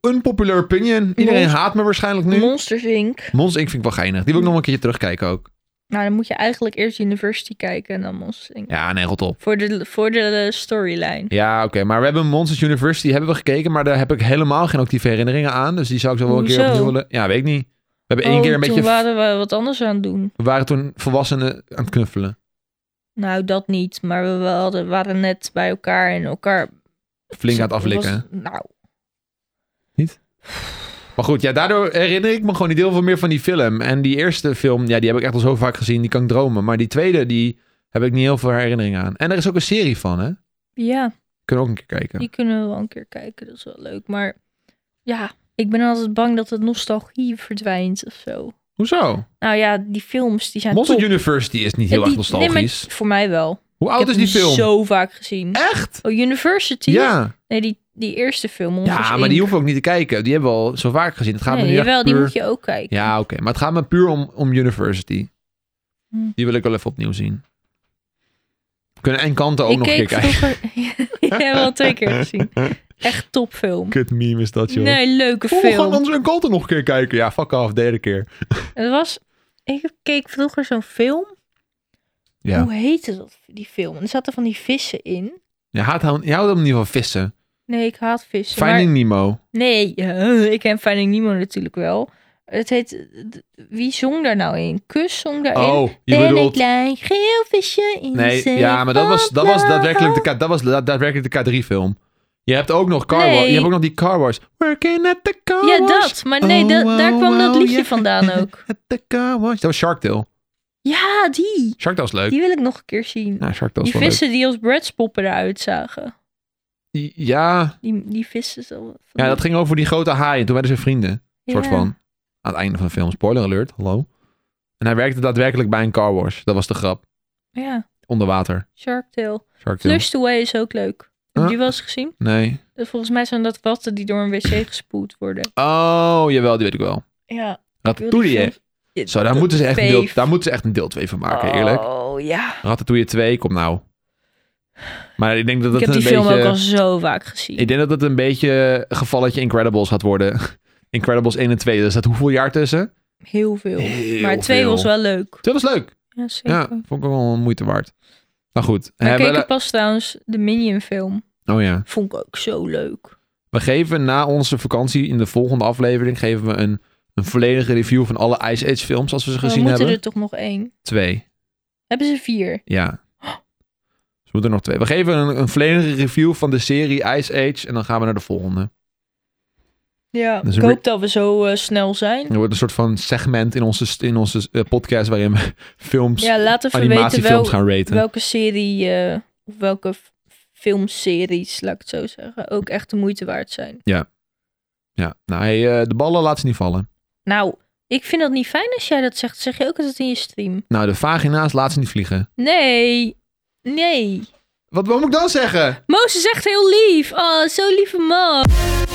A: unpopular opinion. Iedereen
B: Mons-
A: haat me waarschijnlijk nu.
B: Monsters Inc.
A: Mons, ik vind ik wel geinig. Die wil ik nog een keertje terugkijken ook.
B: Nou, dan moet je eigenlijk eerst University kijken en dan Monsters Inc.
A: Ja, nee, rot op.
B: Voor de, voor de eh, storyline.
A: Ja, oké. Maar we hebben Monsters University hebben we gekeken, maar daar heb ik helemaal geen actieve herinneringen aan. Dus die zou ik zo wel een keer
B: Hoezo?
A: opnieuw willen. Ja, weet ik niet. We hebben één
B: Oh,
A: keer een beetje...
B: toen waren we wat anders aan het doen.
A: We waren toen volwassenen aan het knuffelen.
B: Nou, dat niet. Maar we hadden, waren net bij elkaar Nou, en elkaar...
A: Flink aan het aflikken.
B: was- nou.
A: Niet? Maar goed, ja, daardoor herinner ik me gewoon niet heel veel meer van die film. En die eerste film, ja, die heb ik echt al zo vaak gezien. Die kan ik dromen. Maar die tweede, die heb ik niet heel veel herinnering aan. En er is ook een serie van, hè?
B: Ja,
A: Kunnen we ook een keer kijken.
B: die kunnen we wel een keer kijken. Dat is wel leuk. Maar ja, ik ben altijd bang dat het nostalgie verdwijnt of zo.
A: Hoezo?
B: Nou ja, die films die zijn
A: Monster
B: top.
A: University is niet heel
B: Ja,
A: erg
B: die-
A: nostalgisch.
B: nee, maar voor mij wel.
A: Hoe
B: ik
A: oud is
B: heb
A: die
B: hem
A: film?
B: zo vaak gezien.
A: Echt?
B: Oh, University?
A: Ja.
B: Nee, die, die eerste film. Monsters,
A: Ja, maar
B: Inc.
A: die hoeven we ook niet te kijken. Die hebben we al zo vaak gezien. Het gaat
B: nee,
A: me nu echt
B: jawel, die
A: puur-
B: moet je ook kijken.
A: Ja, oké. Maar het gaat me puur om, om University.
B: Hm.
A: Die wil ik wel even opnieuw zien. We kunnen Encanto ook
B: ik
A: nog een keer
B: keek
A: kijken.
B: vroeger... ik heb wel twee keer gezien. Echt topfilm.
A: Kut meme is dat,
B: Nee, leuke
A: Oh, we gaan
B: film.
A: onze Encanto nog een keer kijken. Ja, fuck af, derde keer.
B: Het was... Ik keek vroeger zo'n film.
A: Ja,
B: Hoe heette dat, die film? En er zaten van die vissen in.
A: ja haat, hou- je houdt hem in ieder geval vissen.
B: Nee, ik haat vissen.
A: Finding
B: Maar...
A: Nemo.
B: Nee, eh, ik ken Finding Nemo natuurlijk wel. Het heet... Wie zong daar nou in? Kus zong daarin.
A: Oh, je
B: ben een
A: bedoelt...
B: klein geel visje in de
A: Nee,
B: zee
A: ja, maar dat was, dat was
B: van
A: daadwerkelijk de,
B: blauw.
A: K- dat was da- daadwerkelijk de K3-film. Je hebt ook nog Car
B: Nee.
A: Wars. Je hebt ook nog die Car Wars. Working at the Car
B: Ja,
A: Wash.
B: dat. Maar nee,
A: Oh,
B: dat-
A: oh,
B: daar kwam dat
A: oh,
B: liedje
A: yeah.
B: vandaan ook.
A: At the Car Wash. Dat was Shark Tale.
B: Ja, die.
A: Shark Tale is leuk.
B: Die wil ik nog een keer zien.
A: Ja, Shark Tale is wel
B: die
A: leuk.
B: vissen die als breadspoppen eruit zagen.
A: Die- Ja,
B: Die, die vissen zo. van
A: ja, dat
B: die-
A: ging over die grote haaien. Toen werden ze vrienden. Soort
B: Ja.
A: van. Aan het einde van de film. Spoiler alert. Hallo. En hij werkte daadwerkelijk bij een Car Wash. Dat was de grap.
B: Ja,
A: Onder water. Shark
B: Shark Tale.
A: Tale.
B: Flushed Away is ook leuk. Heb je die
A: Ah.
B: wel eens gezien?
A: Nee.
B: Dat volgens mij zijn dat watten die door een wc gespoeld worden.
A: Oh, jawel. Die weet ik wel.
B: Ja.
A: Ratatouille. Zo, daar moeten, ze echt een deel, daar moeten ze echt een deel 2 van maken, eerlijk.
B: Oh, ja.
A: Ratatouille 2, kom nou. Maar ik denk dat
B: ik
A: het
B: heb
A: een
B: die film ook al
A: beetje...
B: zo vaak gezien.
A: Ik denk dat het een beetje een gevalletje Incredibles gaat worden. Incredibles 1 en 2. Dus dat hoeveel jaar tussen?
B: Heel veel.
A: Heel
B: maar twee
A: veel.
B: was wel leuk.
A: Dat was leuk.
B: Ja, zeker.
A: Ja, vond ik wel moeite waard. Maar goed.
B: Maar ik
A: hebben
B: keek
A: we-
B: er pas trouwens de Minion film.
A: Oh ja.
B: Vond ik ook zo leuk.
A: We geven na onze vakantie in de volgende aflevering geven we een, een volledige review van alle Ice Age films als we ze
B: We
A: gezien
B: moeten
A: hebben.
B: er toch nog één.
A: Twee.
B: Hebben ze vier?
A: Ja. Dus we moeten er nog twee. We geven een, een volledige review van de serie Ice Age en dan gaan we naar de volgende.
B: Ja.
A: Dus
B: ik
A: een
B: hoop dat we zo eh, snel zijn.
A: Er wordt een soort van segment in onze, st- in onze eh, podcast waarin we films,
B: Ja, laat even weten wel,
A: dus animatiefilms gaan raten.
B: welke serie eh, of welke f- filmseries, laat ik het zo zeggen, ook echt de moeite waard zijn.
A: Ja. Nou, hey, eh, de ballen laat ze niet vallen.
B: Nou, ik vind dat niet fijn als jij dat zegt. Zeg je ook altijd in je stream.
A: Nou, de vagina's laat ze niet vliegen.
B: Nee. Nee.
A: Wat, wat moet ik dan zeggen?
B: Mozes is echt heel lief. Oh, zo lieve Mo.